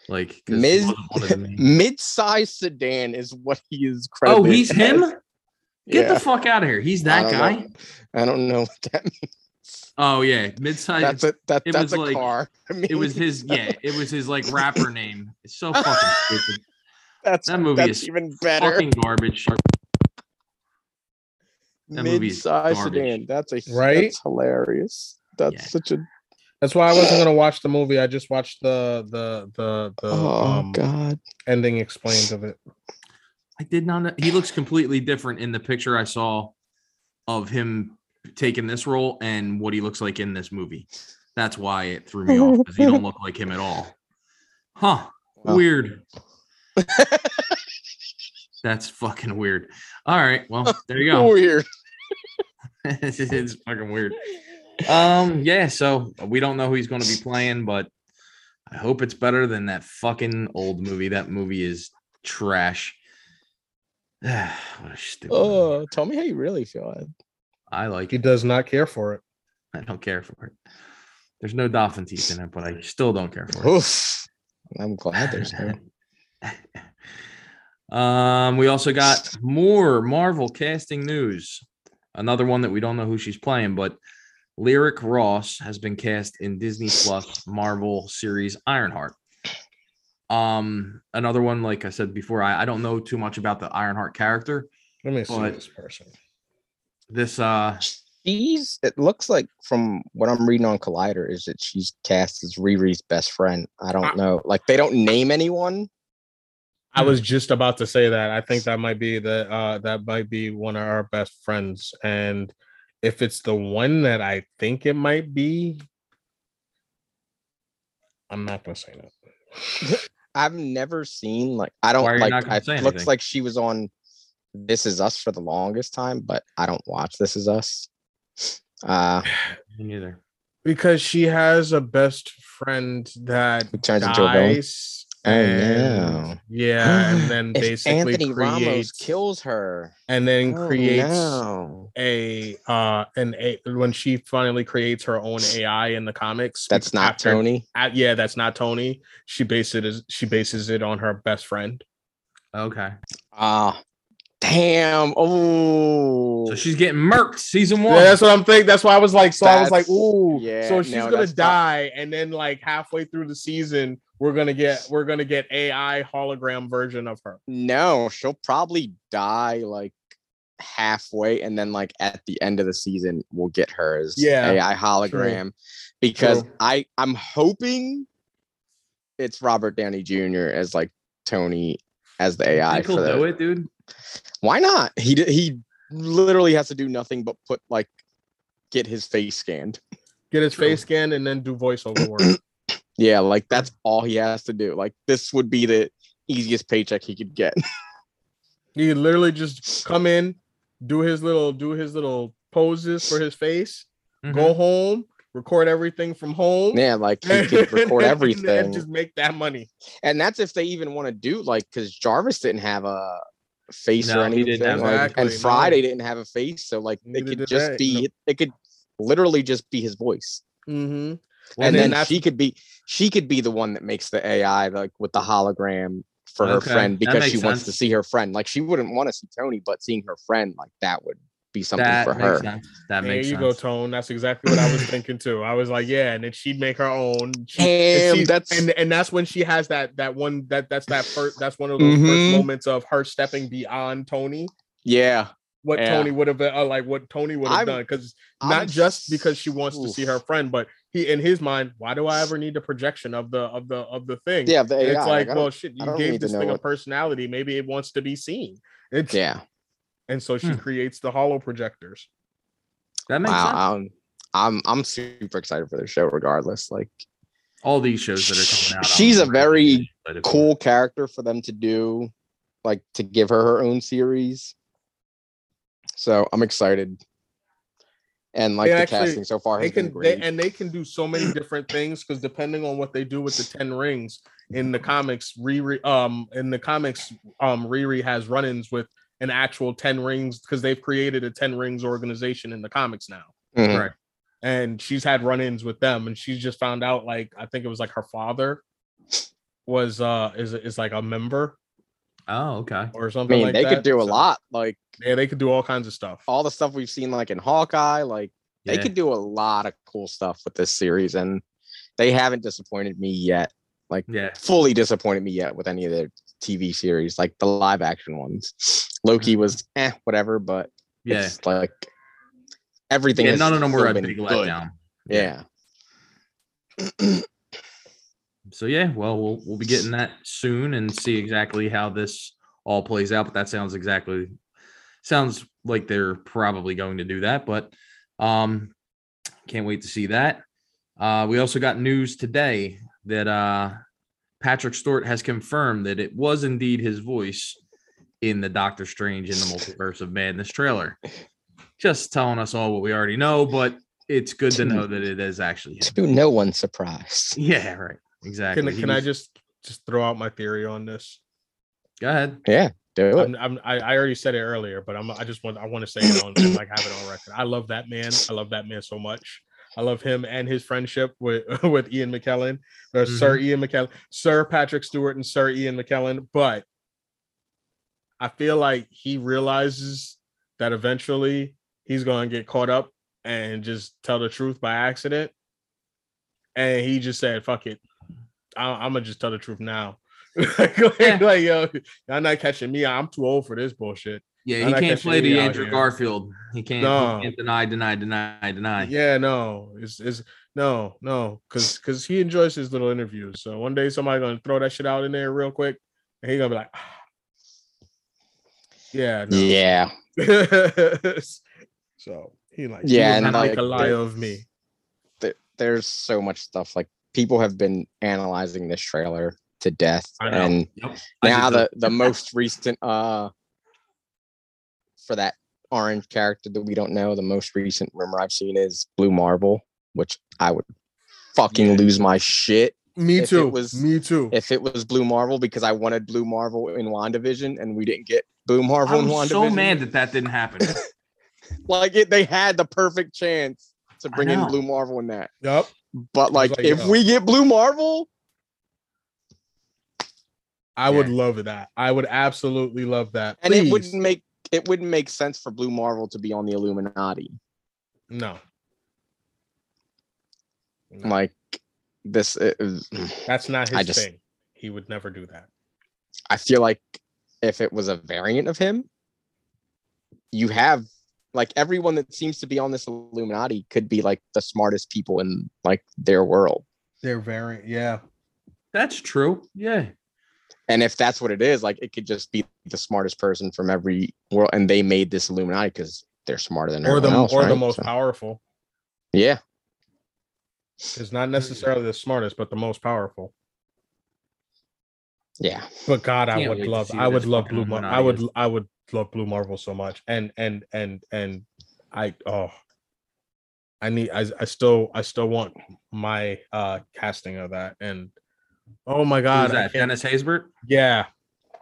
Speaker 2: like 'cause he
Speaker 3: Ms.
Speaker 2: wasn't one of the main-
Speaker 3: mid-sized sedan is what he is
Speaker 2: Oh,
Speaker 3: credited
Speaker 2: he's
Speaker 3: as.
Speaker 2: him. Get
Speaker 3: Yeah.
Speaker 2: the fuck out of here. He's
Speaker 3: I
Speaker 2: that
Speaker 3: don't
Speaker 2: guy.
Speaker 3: know- I don't know what that means.
Speaker 2: Oh yeah, midsize.
Speaker 3: That's a that,
Speaker 2: it was
Speaker 3: that's a
Speaker 2: like-
Speaker 3: car. I mean,
Speaker 2: it was his. Yeah, it was his like rapper name. It's so fucking stupid.
Speaker 3: that's
Speaker 2: that movie
Speaker 3: that's
Speaker 2: is
Speaker 3: even better.
Speaker 2: Fucking garbage. that movie is
Speaker 3: Mid-sized
Speaker 2: garbage.
Speaker 3: sedan. That's a
Speaker 4: Right?
Speaker 3: That's hilarious. That's
Speaker 2: Yeah.
Speaker 3: such a
Speaker 4: That's why I wasn't gonna watch the movie. I just watched the the the the
Speaker 3: oh
Speaker 4: um,
Speaker 3: god.
Speaker 4: ending explained of it.
Speaker 2: I did not know. He looks completely different in the picture I saw of him taking this role and what he looks like in this movie. That's why it threw me off because he don't look like him at all. Huh.
Speaker 3: Wow.
Speaker 2: Weird. That's fucking weird. All right. Well, there you go.
Speaker 3: Weird.
Speaker 2: it's fucking weird. Um, yeah, so we don't know who he's gonna be playing, but I hope it's better than that fucking old movie. That movie is trash. what a stupid movie.
Speaker 3: Oh, tell me how you really feel. Ed.
Speaker 2: I like
Speaker 4: He
Speaker 2: it.
Speaker 4: does not care for it.
Speaker 2: I don't care for it. There's no dolphin teeth in it, but I still don't care for it.
Speaker 3: Oof. I'm glad there's no.
Speaker 2: um, we also got more Marvel casting news. Another one that we don't know who she's playing, but Lyric Ross has been cast in Disney Plus Marvel series Ironheart. Um, another one, like I said before, I, I don't know too much about the Ironheart character.
Speaker 4: Let me see
Speaker 2: But-
Speaker 4: this person.
Speaker 2: This uh
Speaker 3: She's. It looks like from what I'm reading on Collider is that she's cast as Riri's best friend. I don't know. Like they don't name anyone.
Speaker 4: I was just about to say that. I think that might be the uh that might be one of our best friends. And if it's the one that I think it might be, I'm not gonna say that.
Speaker 3: I've never seen like I don't
Speaker 2: Why are you
Speaker 3: like.
Speaker 2: not gonna
Speaker 3: I,
Speaker 2: say anything?
Speaker 3: looks like she was on This Is Us for the longest time, but I don't watch This Is Us. Uh,
Speaker 2: me neither.
Speaker 4: Because she has a best friend that
Speaker 3: it turns into a villain.
Speaker 4: dies.
Speaker 3: Oh,
Speaker 4: and-
Speaker 3: no.
Speaker 4: Yeah, and then
Speaker 3: If
Speaker 4: basically
Speaker 3: Anthony Ramos
Speaker 4: creates
Speaker 3: kills her
Speaker 4: and then
Speaker 3: Oh,
Speaker 4: creates
Speaker 3: no.
Speaker 4: a uh an a when she finally creates her own AI in the comics.
Speaker 3: That's
Speaker 4: because
Speaker 3: not
Speaker 4: after-
Speaker 3: Tony.
Speaker 4: uh, yeah, that's not Tony. She bases it. She bases it on her best friend.
Speaker 2: Okay.
Speaker 3: Ah, damn. Oh,
Speaker 2: So she's getting murked season one.
Speaker 4: Yeah, that's what I'm thinking. That's why I was like, so I was like,
Speaker 3: That's-
Speaker 4: ooh,
Speaker 3: yeah,
Speaker 4: so she's
Speaker 3: no,
Speaker 4: gonna
Speaker 3: that's not-
Speaker 4: die, and then like halfway through the season, we're gonna get we're gonna get AI hologram version of her.
Speaker 3: no, she'll probably die like halfway, and then like at the end of the season, we'll get hers.
Speaker 4: Yeah,
Speaker 3: AI hologram because
Speaker 4: True.
Speaker 3: I I'm hoping it's Robert Downey Jr. as like Tony as the AI.
Speaker 2: Think he'll
Speaker 3: for the-
Speaker 2: do it, eh, dude.
Speaker 3: Why not? He d- he literally has to do nothing but put like get his face scanned.
Speaker 4: Get his
Speaker 2: True.
Speaker 4: face scanned and then do voiceover work.
Speaker 3: Yeah, like that's all he has to do. Like this would be the easiest paycheck he could get.
Speaker 4: he could literally just come in, do his little do his little poses for his face,
Speaker 2: Mhm.
Speaker 4: go home, record everything from home.
Speaker 3: Mm-hmm. Yeah, like he could record
Speaker 4: and
Speaker 3: everything.
Speaker 4: just make that money.
Speaker 3: and that's if they even want to do like because Jarvis didn't have a face or
Speaker 2: No, he
Speaker 3: anything,
Speaker 2: didn't have
Speaker 3: like,
Speaker 4: one.
Speaker 3: and
Speaker 4: Exactly, no.
Speaker 3: Friday didn't have a face, so like
Speaker 4: Neither
Speaker 3: it could
Speaker 4: did
Speaker 3: just
Speaker 4: that,
Speaker 3: be it could literally just be his voice,
Speaker 4: Mm-hmm.
Speaker 2: Well,
Speaker 3: and
Speaker 4: then
Speaker 3: then,
Speaker 4: that's-
Speaker 3: she could be she could be the one that makes the AI like with the hologram for her
Speaker 2: Okay,
Speaker 3: friend
Speaker 2: that
Speaker 3: because
Speaker 2: makes
Speaker 3: she wants
Speaker 2: sense.
Speaker 3: to see her friend. Like she wouldn't want to see Tony, but seeing her friend like that would be something
Speaker 2: that
Speaker 3: for
Speaker 2: makes
Speaker 3: her.
Speaker 2: sense. That
Speaker 4: There
Speaker 2: makes
Speaker 4: you
Speaker 2: sense.
Speaker 4: go, Tone. That's exactly what I was thinking too. I was like, yeah, and then she'd make her own. She,
Speaker 3: Damn,
Speaker 4: and, she-
Speaker 3: that's-
Speaker 4: and and that's when she has that that one that that's that first that's one of those
Speaker 3: Mhm.
Speaker 4: first moments of her stepping beyond Tony.
Speaker 3: Yeah,
Speaker 4: What
Speaker 3: Yeah.
Speaker 4: Tony would have uh, like, what Tony would have
Speaker 3: I'm-
Speaker 4: done, because
Speaker 3: I'm
Speaker 4: not just because she wants to
Speaker 3: oof.
Speaker 4: see her friend, but he in his mind, why do I ever need a projection of the of the of the thing?
Speaker 3: Yeah, the AI.
Speaker 4: it's like,
Speaker 3: I don't-
Speaker 4: well, shit,
Speaker 3: I
Speaker 4: you
Speaker 3: don't
Speaker 4: gave
Speaker 3: need to
Speaker 4: this
Speaker 3: know
Speaker 4: thing a
Speaker 3: what-
Speaker 4: personality. Maybe it wants to be seen. It's,
Speaker 3: yeah.
Speaker 4: and so she
Speaker 2: Hmm.
Speaker 4: creates the hollow projectors.
Speaker 2: That makes sense.
Speaker 3: Wow, I'm, I'm I'm super excited for the show. Regardless, like
Speaker 2: All these shows that are coming out. I'm
Speaker 3: She's a very
Speaker 2: really excited for.
Speaker 3: cool character for them to do, like to give her her own series. So I'm excited, and like
Speaker 4: They
Speaker 3: the
Speaker 4: actually-
Speaker 3: casting so far
Speaker 4: They
Speaker 3: has been
Speaker 4: can they,
Speaker 3: great.
Speaker 4: and they can do so many different things because depending on what they do with the Ten Rings in the comics, Riri um in the comics, um Riri has run-ins with an actual Ten Rings because they've created a Ten Rings organization in the comics now.
Speaker 3: Mhm.
Speaker 2: right.
Speaker 4: and she's had run-ins with them and she's just found out like i think it was like her father was uh is is like a member
Speaker 2: Oh, okay.
Speaker 4: or
Speaker 3: I
Speaker 4: something
Speaker 3: mean,
Speaker 4: like
Speaker 3: they could
Speaker 4: that.
Speaker 3: do a
Speaker 4: So,
Speaker 3: lot, like
Speaker 4: yeah they could do all kinds of stuff
Speaker 3: all the stuff we've seen, like in Hawkeye. Like they
Speaker 2: Yeah.
Speaker 3: could do a lot of cool stuff with this series, and they haven't disappointed me yet.
Speaker 2: Yeah.
Speaker 3: fully disappointed me yet with any of their TV series, like the live action ones.
Speaker 4: Mm-hmm.
Speaker 3: Loki was eh, whatever, but
Speaker 2: Yeah.
Speaker 3: it's like everything.
Speaker 2: Yeah,
Speaker 3: has
Speaker 2: none of them were
Speaker 3: still
Speaker 2: a
Speaker 3: been
Speaker 2: big
Speaker 3: good.
Speaker 2: letdown.
Speaker 3: Yeah,
Speaker 2: So yeah, well, we'll we'll be getting that soon and see exactly how this all plays out. But that sounds exactly sounds like they're probably going to do that. But um, can't wait to see that. Uh, we also got news today that uh, Patrick Stewart has confirmed that it was indeed his voice in the Doctor Strange in the Multiverse of Madness trailer. Just telling us all what we already know, but it's good to know that it is actually him.
Speaker 3: to no one's surprise.
Speaker 2: Yeah, right. Exactly.
Speaker 4: can,
Speaker 2: He
Speaker 4: can i
Speaker 2: was-
Speaker 4: just just throw out my theory on this
Speaker 2: Go ahead.
Speaker 3: Yeah, do it.
Speaker 4: I'm, I'm, I, I already said it earlier but i'm i just want i want to say it on and, like have it on record i love that man i love that man so much I love him and his friendship with with Ian McKellen or Sir Ian McKellen, Sir Patrick Stewart and Sir Ian McKellen. But I feel like he realizes that eventually he's going to get caught up and just tell the truth by accident. And he just said, "Fuck it, I- I'm gonna just tell the truth now." like,
Speaker 2: Yeah.
Speaker 4: like, yo, y'all not catching me. I'm too old for this bullshit.
Speaker 2: Yeah,
Speaker 4: I
Speaker 2: he
Speaker 4: like
Speaker 2: can't
Speaker 4: that
Speaker 2: play
Speaker 4: shit
Speaker 2: the
Speaker 4: out
Speaker 2: Andrew
Speaker 4: here.
Speaker 2: Garfield. He can't,
Speaker 4: No.
Speaker 2: he can't deny, deny, deny, deny.
Speaker 4: Yeah, no, it's it's no, no, because because he enjoys his little interviews. So one day somebody gonna throw that shit out in there real quick, and he gonna be like, "Ah." yeah, no.
Speaker 3: Yeah,
Speaker 4: so he like
Speaker 3: Yeah,
Speaker 4: yeah,
Speaker 3: and
Speaker 4: and like
Speaker 3: like
Speaker 4: a lie
Speaker 3: the-
Speaker 4: of me.
Speaker 3: th- there's so much stuff. Like people have been analyzing this trailer to death,
Speaker 4: I know.
Speaker 3: and
Speaker 2: Yep. I
Speaker 3: now
Speaker 2: just-
Speaker 3: the the most recent uh for that orange character that we don't know the most recent rumor i've seen is blue marble which i would fucking lose my shit
Speaker 4: Me
Speaker 3: If it
Speaker 4: too.
Speaker 3: was-
Speaker 4: me too.
Speaker 3: if it was blue marvel because i wanted blue marvel in wandavision and we didn't get blue marvel in
Speaker 2: I'm
Speaker 3: wandavision
Speaker 2: Oh, so mad that that didn't happen.
Speaker 3: like it, they had the perfect chance to
Speaker 2: I
Speaker 3: bring in
Speaker 2: know.
Speaker 3: blue marvel in that
Speaker 4: Yep.
Speaker 3: but like,
Speaker 4: like,
Speaker 3: if
Speaker 4: yo.
Speaker 3: we get blue marvel
Speaker 4: I would love that. I would absolutely love that.
Speaker 3: and it
Speaker 4: Please.
Speaker 3: wouldn't make it wouldn't make sense for blue marvel to be on the illuminati
Speaker 4: no. No,
Speaker 3: like this it was-
Speaker 4: that's not
Speaker 3: I
Speaker 4: his
Speaker 3: just-
Speaker 4: thing. He would never do that.
Speaker 3: I feel like if it was a variant of him, you have like everyone that seems to be on this Illuminati could be like the smartest people in like their world.
Speaker 4: They're very yeah.
Speaker 2: That's true. Yeah.
Speaker 3: And if that's what it is, like it could just be the smartest person from every world, and they made this Illuminati because they're smarter than
Speaker 4: or the
Speaker 3: everyone else,
Speaker 4: or the
Speaker 3: right?
Speaker 4: most
Speaker 3: So-
Speaker 4: powerful.
Speaker 3: yeah,
Speaker 4: It's not necessarily the smartest, but the most powerful.
Speaker 3: yeah.
Speaker 4: But God, I
Speaker 2: Can't wait
Speaker 4: would
Speaker 2: to
Speaker 4: love,
Speaker 2: see
Speaker 4: I
Speaker 2: what
Speaker 4: would
Speaker 2: this
Speaker 4: love
Speaker 2: fucking
Speaker 4: Blue. Mar-
Speaker 2: Illuminati
Speaker 4: I would,
Speaker 2: is.
Speaker 4: I would love Blue Marvel so much, and and and and I oh, I need, I, I still, I still want my uh casting of that, and oh my God,
Speaker 2: Who's
Speaker 4: I
Speaker 2: that?
Speaker 4: can't-
Speaker 2: Dennis Haysbert?
Speaker 4: yeah,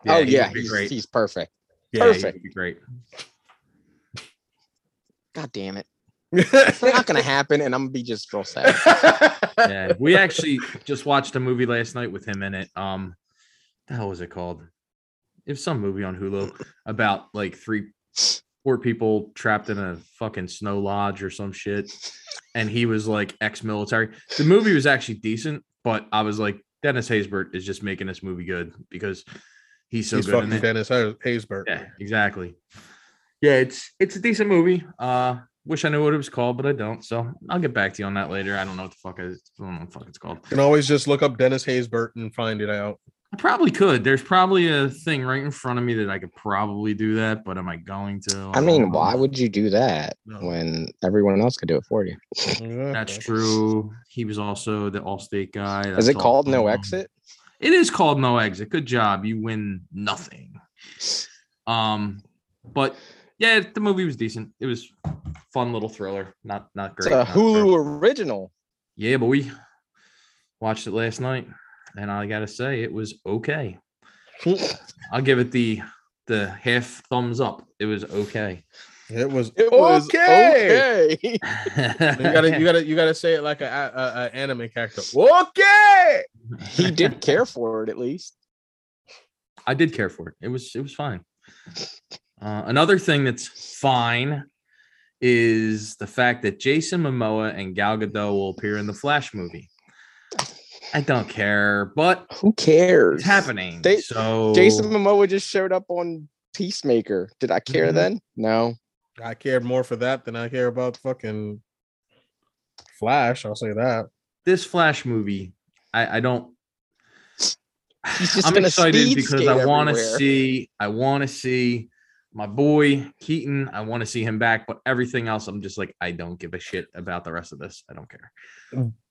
Speaker 3: oh
Speaker 2: he would
Speaker 3: yeah,
Speaker 2: be
Speaker 3: he's,
Speaker 2: great.
Speaker 3: he's perfect.
Speaker 2: Yeah, he would
Speaker 3: perfect.
Speaker 2: be great.
Speaker 3: God damn it, it's not gonna happen, and I'm gonna be just real sad.
Speaker 2: Yeah, we actually just watched a movie last night with him in it. Um, the hell was it called? It was some movie on Hulu about like three, four people trapped in a fucking snow lodge or some shit, and he was like ex-military. The movie was actually decent, but I was like, Dennis Haysbert is just making this movie good because he's so
Speaker 4: he's
Speaker 2: good in
Speaker 4: fucking
Speaker 2: it.
Speaker 4: Dennis Ha- Haysbert.
Speaker 2: Yeah, exactly. Yeah, it's it's a decent movie. Uh wish I knew what it was called, but I don't. So I'll get back to you on that later. I don't know what the fuck is I don't know what the fuck it's called.
Speaker 4: You can always just look up Dennis Haysbert and find it out.
Speaker 2: I probably could. There's probably a thing right in front of me that I could probably do that, but am I going to? Um,
Speaker 3: I mean, why would you do that
Speaker 4: No.
Speaker 3: when everyone else could do it for you?
Speaker 2: That's
Speaker 4: Exactly.
Speaker 2: true. He was also the Allstate guy.
Speaker 3: Is
Speaker 2: That's
Speaker 3: it
Speaker 2: all-
Speaker 3: called No Exit?
Speaker 2: It is called No Exit. Good job. You win nothing. Um, but yeah, the movie was decent. It was fun little thriller. Not not
Speaker 3: It's
Speaker 2: great.
Speaker 3: a
Speaker 2: not terrible.
Speaker 3: Hulu original.
Speaker 2: Yeah, but we watched it last night, and I gotta say it was okay. I'll give it the the half thumbs up. It was okay.
Speaker 4: It was.
Speaker 3: It was okay.
Speaker 4: You gotta, you gotta, you gotta say it like a, a, a anime character. Okay.
Speaker 3: he did care for it at least.
Speaker 2: I did care for it. It was it was fine. Uh, another thing that's fine is the fact that Jason Momoa and Gal Gadot will appear in the Flash movie. I don't care, but
Speaker 3: Who cares?
Speaker 2: it's happening.
Speaker 3: They-
Speaker 2: so
Speaker 3: Jason Momoa just showed up on Peacemaker. Did I care
Speaker 4: Mm-hmm.
Speaker 2: Mhm.
Speaker 3: then? No.
Speaker 4: I cared more for that than I care about fucking Flash. I'll say that.
Speaker 2: this Flash movie, I, I don't.
Speaker 3: He's just
Speaker 2: I'm
Speaker 3: gonna
Speaker 2: excited
Speaker 3: speed
Speaker 2: because
Speaker 3: skate
Speaker 2: I want to
Speaker 3: everywhere.
Speaker 2: see. I want to see my boy Keaton. I want to see him back, but everything else, I'm just like, I don't give a shit about the rest of this. I don't care.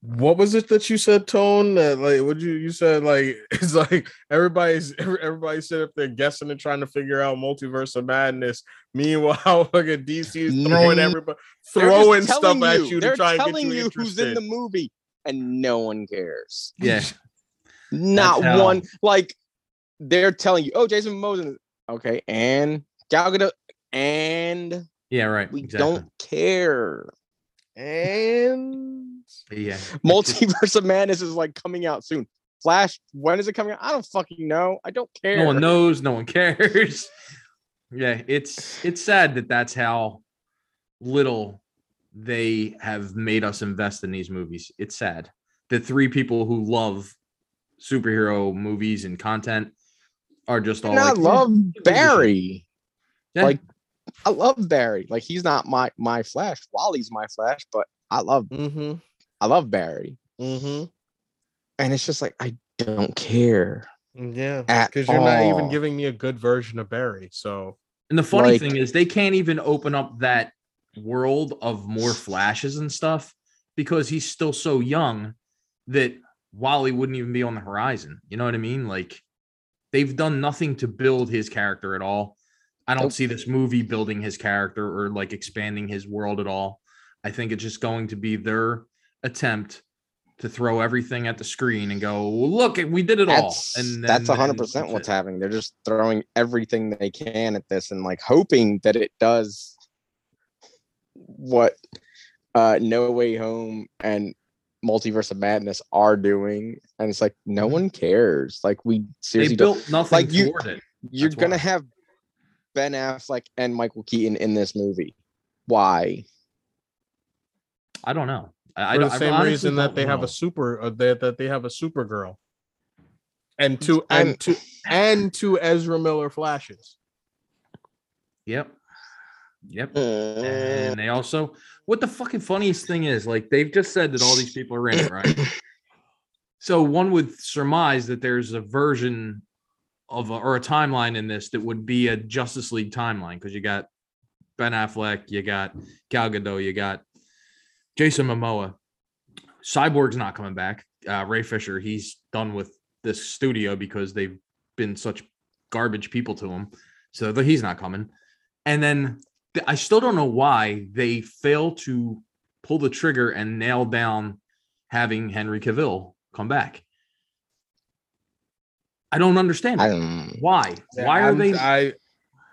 Speaker 4: What was it that you said, Tone? That like, what you you said like it's like everybody's every- everybody sit up there guessing and trying to figure out multiverse of madness. Meanwhile, fucking DC is throwing
Speaker 3: No.
Speaker 4: everybody
Speaker 3: They're just
Speaker 4: throwing
Speaker 3: telling
Speaker 4: stuff at you
Speaker 3: They're
Speaker 4: to try and
Speaker 3: telling
Speaker 4: get you,
Speaker 3: you who's in
Speaker 4: interested.
Speaker 3: the movie, and no one cares.
Speaker 2: Yeah,
Speaker 3: Not
Speaker 2: how-
Speaker 3: one. Like they're telling you, oh, Jason Momoa's in it. Okay, and Gal Gadot, and
Speaker 2: yeah, right.
Speaker 3: we
Speaker 2: exactly.
Speaker 3: don't care.
Speaker 4: and
Speaker 2: Yeah,
Speaker 3: Multiverse of Madness is like coming out soon. Flash, when is it coming out? I don't fucking know. I don't care.
Speaker 2: no one knows. No one cares. yeah, it's it's sad that that's how little they have made us invest in these movies. It's sad. The three people who love superhero movies and content are just all
Speaker 3: And I
Speaker 2: like, "Yeah,
Speaker 3: love
Speaker 2: it.
Speaker 3: Barry.
Speaker 2: yeah,
Speaker 3: like- I love Barry. Like he's not my my Flash. Wally's my Flash, but I love
Speaker 4: mm-hmm,
Speaker 3: I love Barry.
Speaker 4: mm-hmm,
Speaker 3: And it's just like I don't care
Speaker 4: yeah.
Speaker 3: at
Speaker 4: Because you're not even
Speaker 3: all.
Speaker 4: giving me a good version of Barry. So
Speaker 2: And the funny
Speaker 3: like-
Speaker 2: thing is, they can't even open up that world of more flashes and stuff because he's still so young that Wally wouldn't even be on the horizon. You know what I mean? Like, they've done nothing to build his character at all. I don't
Speaker 3: Nope.
Speaker 2: see this movie building his character or like expanding his world at all. I think it's just going to be their attempt to throw everything at the screen and go, well, look, we did it all.
Speaker 3: That's,
Speaker 2: And
Speaker 3: that's
Speaker 2: then-
Speaker 3: 100%
Speaker 2: that's
Speaker 3: what's
Speaker 2: it.
Speaker 3: happening. They're just throwing everything they can at this and like hoping that it does what uh No Way Home and Multiverse of Madness are doing. And it's like no one cares. Like we
Speaker 2: Mm-hmm. They
Speaker 3: seriously don't.
Speaker 2: built nothing
Speaker 3: Like, you-
Speaker 2: toward it.
Speaker 3: You're
Speaker 2: That's
Speaker 3: going
Speaker 2: why.
Speaker 3: to have Ben Affleck and Michael Keaton in this movie. Why?
Speaker 2: I don't know. I, I
Speaker 4: for
Speaker 2: don't-
Speaker 4: the
Speaker 2: I
Speaker 4: same
Speaker 2: honestly
Speaker 4: reason that
Speaker 2: don't
Speaker 4: they have
Speaker 2: know.
Speaker 4: a super uh, that, that they have a supergirl and two
Speaker 3: I'm-
Speaker 4: and two and two ezra miller flashes
Speaker 2: Yep. Yep.
Speaker 3: Mm,
Speaker 2: And they also, what the fucking funniest thing is, like they've just said that all these people are in it, right? So one would surmise that there's a version of a, or a timeline in this that would be a Justice League timeline because you got Ben Affleck, you got Gal Gadot, you got Jason Momoa. Cyborg's not coming back. Uh, Ray Fisher, he's done with this studio because they've been such garbage people to him, so th- he's not coming. And then th- I still don't know why they fail to pull the trigger and nail down having Henry Cavill come back. I don't understand
Speaker 3: I
Speaker 2: it.
Speaker 3: don't.
Speaker 2: why. Why are
Speaker 4: I'm-
Speaker 2: they?
Speaker 4: I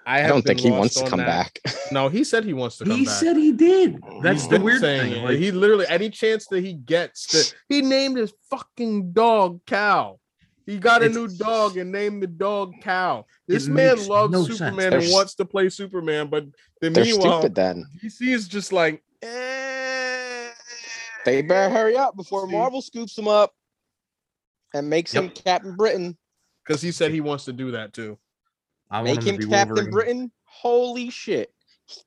Speaker 4: I,
Speaker 3: I
Speaker 4: have
Speaker 3: don't think
Speaker 4: been
Speaker 3: he wants
Speaker 4: lost
Speaker 3: to
Speaker 4: on
Speaker 3: come
Speaker 4: that.
Speaker 3: back.
Speaker 4: No, he said he wants to come
Speaker 2: he
Speaker 4: back.
Speaker 2: said he did. That's
Speaker 4: He's
Speaker 2: the
Speaker 4: been
Speaker 2: weird
Speaker 4: saying
Speaker 2: thing.
Speaker 4: it.
Speaker 2: Like,
Speaker 4: he literally any chance that he gets to he named his fucking dog cow. He got a
Speaker 2: It's-
Speaker 4: new dog and named the dog cow.
Speaker 2: It
Speaker 4: This man
Speaker 2: makes
Speaker 4: loves
Speaker 2: no sense.
Speaker 4: Superman
Speaker 3: They're
Speaker 4: and
Speaker 3: s-
Speaker 4: wants to play Superman, but then
Speaker 3: They're
Speaker 4: meanwhile,
Speaker 3: stupid then.
Speaker 4: DC is just like, eh.
Speaker 3: They better hurry up before
Speaker 4: See?
Speaker 3: Marvel scoops him up and makes him Captain Britain.
Speaker 4: because he said he wants to do that too.
Speaker 2: I want
Speaker 3: Make him
Speaker 2: to be
Speaker 3: Captain
Speaker 2: Wolverine.
Speaker 3: Britain. Holy shit.
Speaker 4: He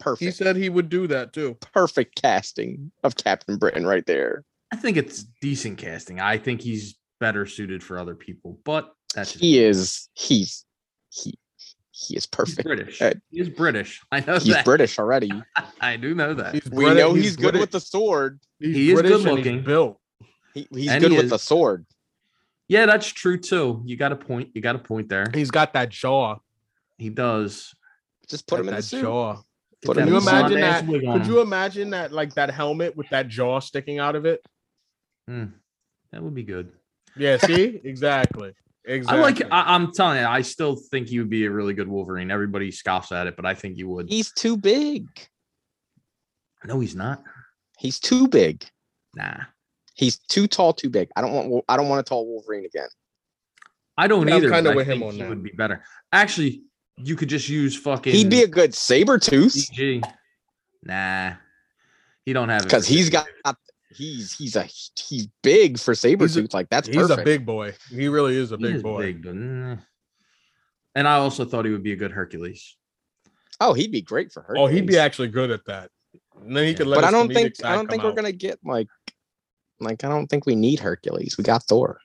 Speaker 3: Perfect.
Speaker 4: said he would do that too.
Speaker 3: perfect casting of Captain Britain right there.
Speaker 2: I think it's decent casting. I think he's better suited for other people, but that's just,
Speaker 3: He is he's he he is
Speaker 2: he's
Speaker 3: perfect.
Speaker 2: British.
Speaker 3: Uh,
Speaker 2: He is British. I know
Speaker 3: He's
Speaker 2: that.
Speaker 3: British already.
Speaker 2: I do know that.
Speaker 3: We
Speaker 4: Briti-
Speaker 3: know he's, good
Speaker 4: Briti-
Speaker 3: with the sword.
Speaker 4: he's
Speaker 2: He is
Speaker 4: British and he's
Speaker 2: good-looking.
Speaker 4: built.
Speaker 3: He, he's
Speaker 2: And
Speaker 3: good
Speaker 2: he
Speaker 3: with
Speaker 2: is.
Speaker 3: the sword.
Speaker 2: yeah, that's true too. You got a point. You got a point there.
Speaker 4: He's got that jaw.
Speaker 2: He does.
Speaker 3: Just put
Speaker 4: Got
Speaker 3: him in
Speaker 4: that
Speaker 3: the suit.
Speaker 4: jaw.
Speaker 2: Get
Speaker 3: Put
Speaker 2: that
Speaker 3: him in
Speaker 4: you
Speaker 3: the suit.
Speaker 4: imagine
Speaker 2: blonde ass
Speaker 4: that?
Speaker 2: wig on
Speaker 4: Could
Speaker 2: him.
Speaker 4: you imagine that like that helmet with that jaw sticking out of it?
Speaker 2: Mm, that would be good.
Speaker 4: Yeah, see? exactly. Exactly.
Speaker 2: I like. I, I'm telling you, I still think he would be a really good Wolverine. Everybody scoffs at it, but I think he would.
Speaker 3: He's too big.
Speaker 2: No, he's not.
Speaker 3: He's too big.
Speaker 2: Nah,
Speaker 3: He's too tall, too big. I don't want Wol- I don't want a tall Wolverine again.
Speaker 2: I don't
Speaker 4: Yeah, I'm
Speaker 2: either. but
Speaker 4: kinda
Speaker 2: I
Speaker 4: with him
Speaker 2: think
Speaker 4: on
Speaker 2: he
Speaker 4: that.
Speaker 2: Would be better. Actually, you could just use fucking.
Speaker 3: He'd be a good saber tooth
Speaker 2: CG. Nah, he don't have it
Speaker 3: because
Speaker 2: for
Speaker 3: he's
Speaker 2: CG.
Speaker 3: got he's he's a he's big for saber tooth. Like that's
Speaker 4: He's
Speaker 3: perfect.
Speaker 4: a big boy. He really is a
Speaker 2: He
Speaker 4: big
Speaker 2: is
Speaker 4: boy.
Speaker 2: big, but, mm. And I also thought he would be a good Hercules.
Speaker 3: oh, he'd be great for her.
Speaker 4: Oh, he'd be actually good at that. And then he could
Speaker 2: Yeah.
Speaker 4: let
Speaker 3: but I
Speaker 4: his
Speaker 3: don't
Speaker 4: comedic
Speaker 3: think I
Speaker 4: side
Speaker 3: don't think
Speaker 4: come
Speaker 3: we're
Speaker 4: out.
Speaker 3: gonna get like like I don't think we need Hercules. We got Thor.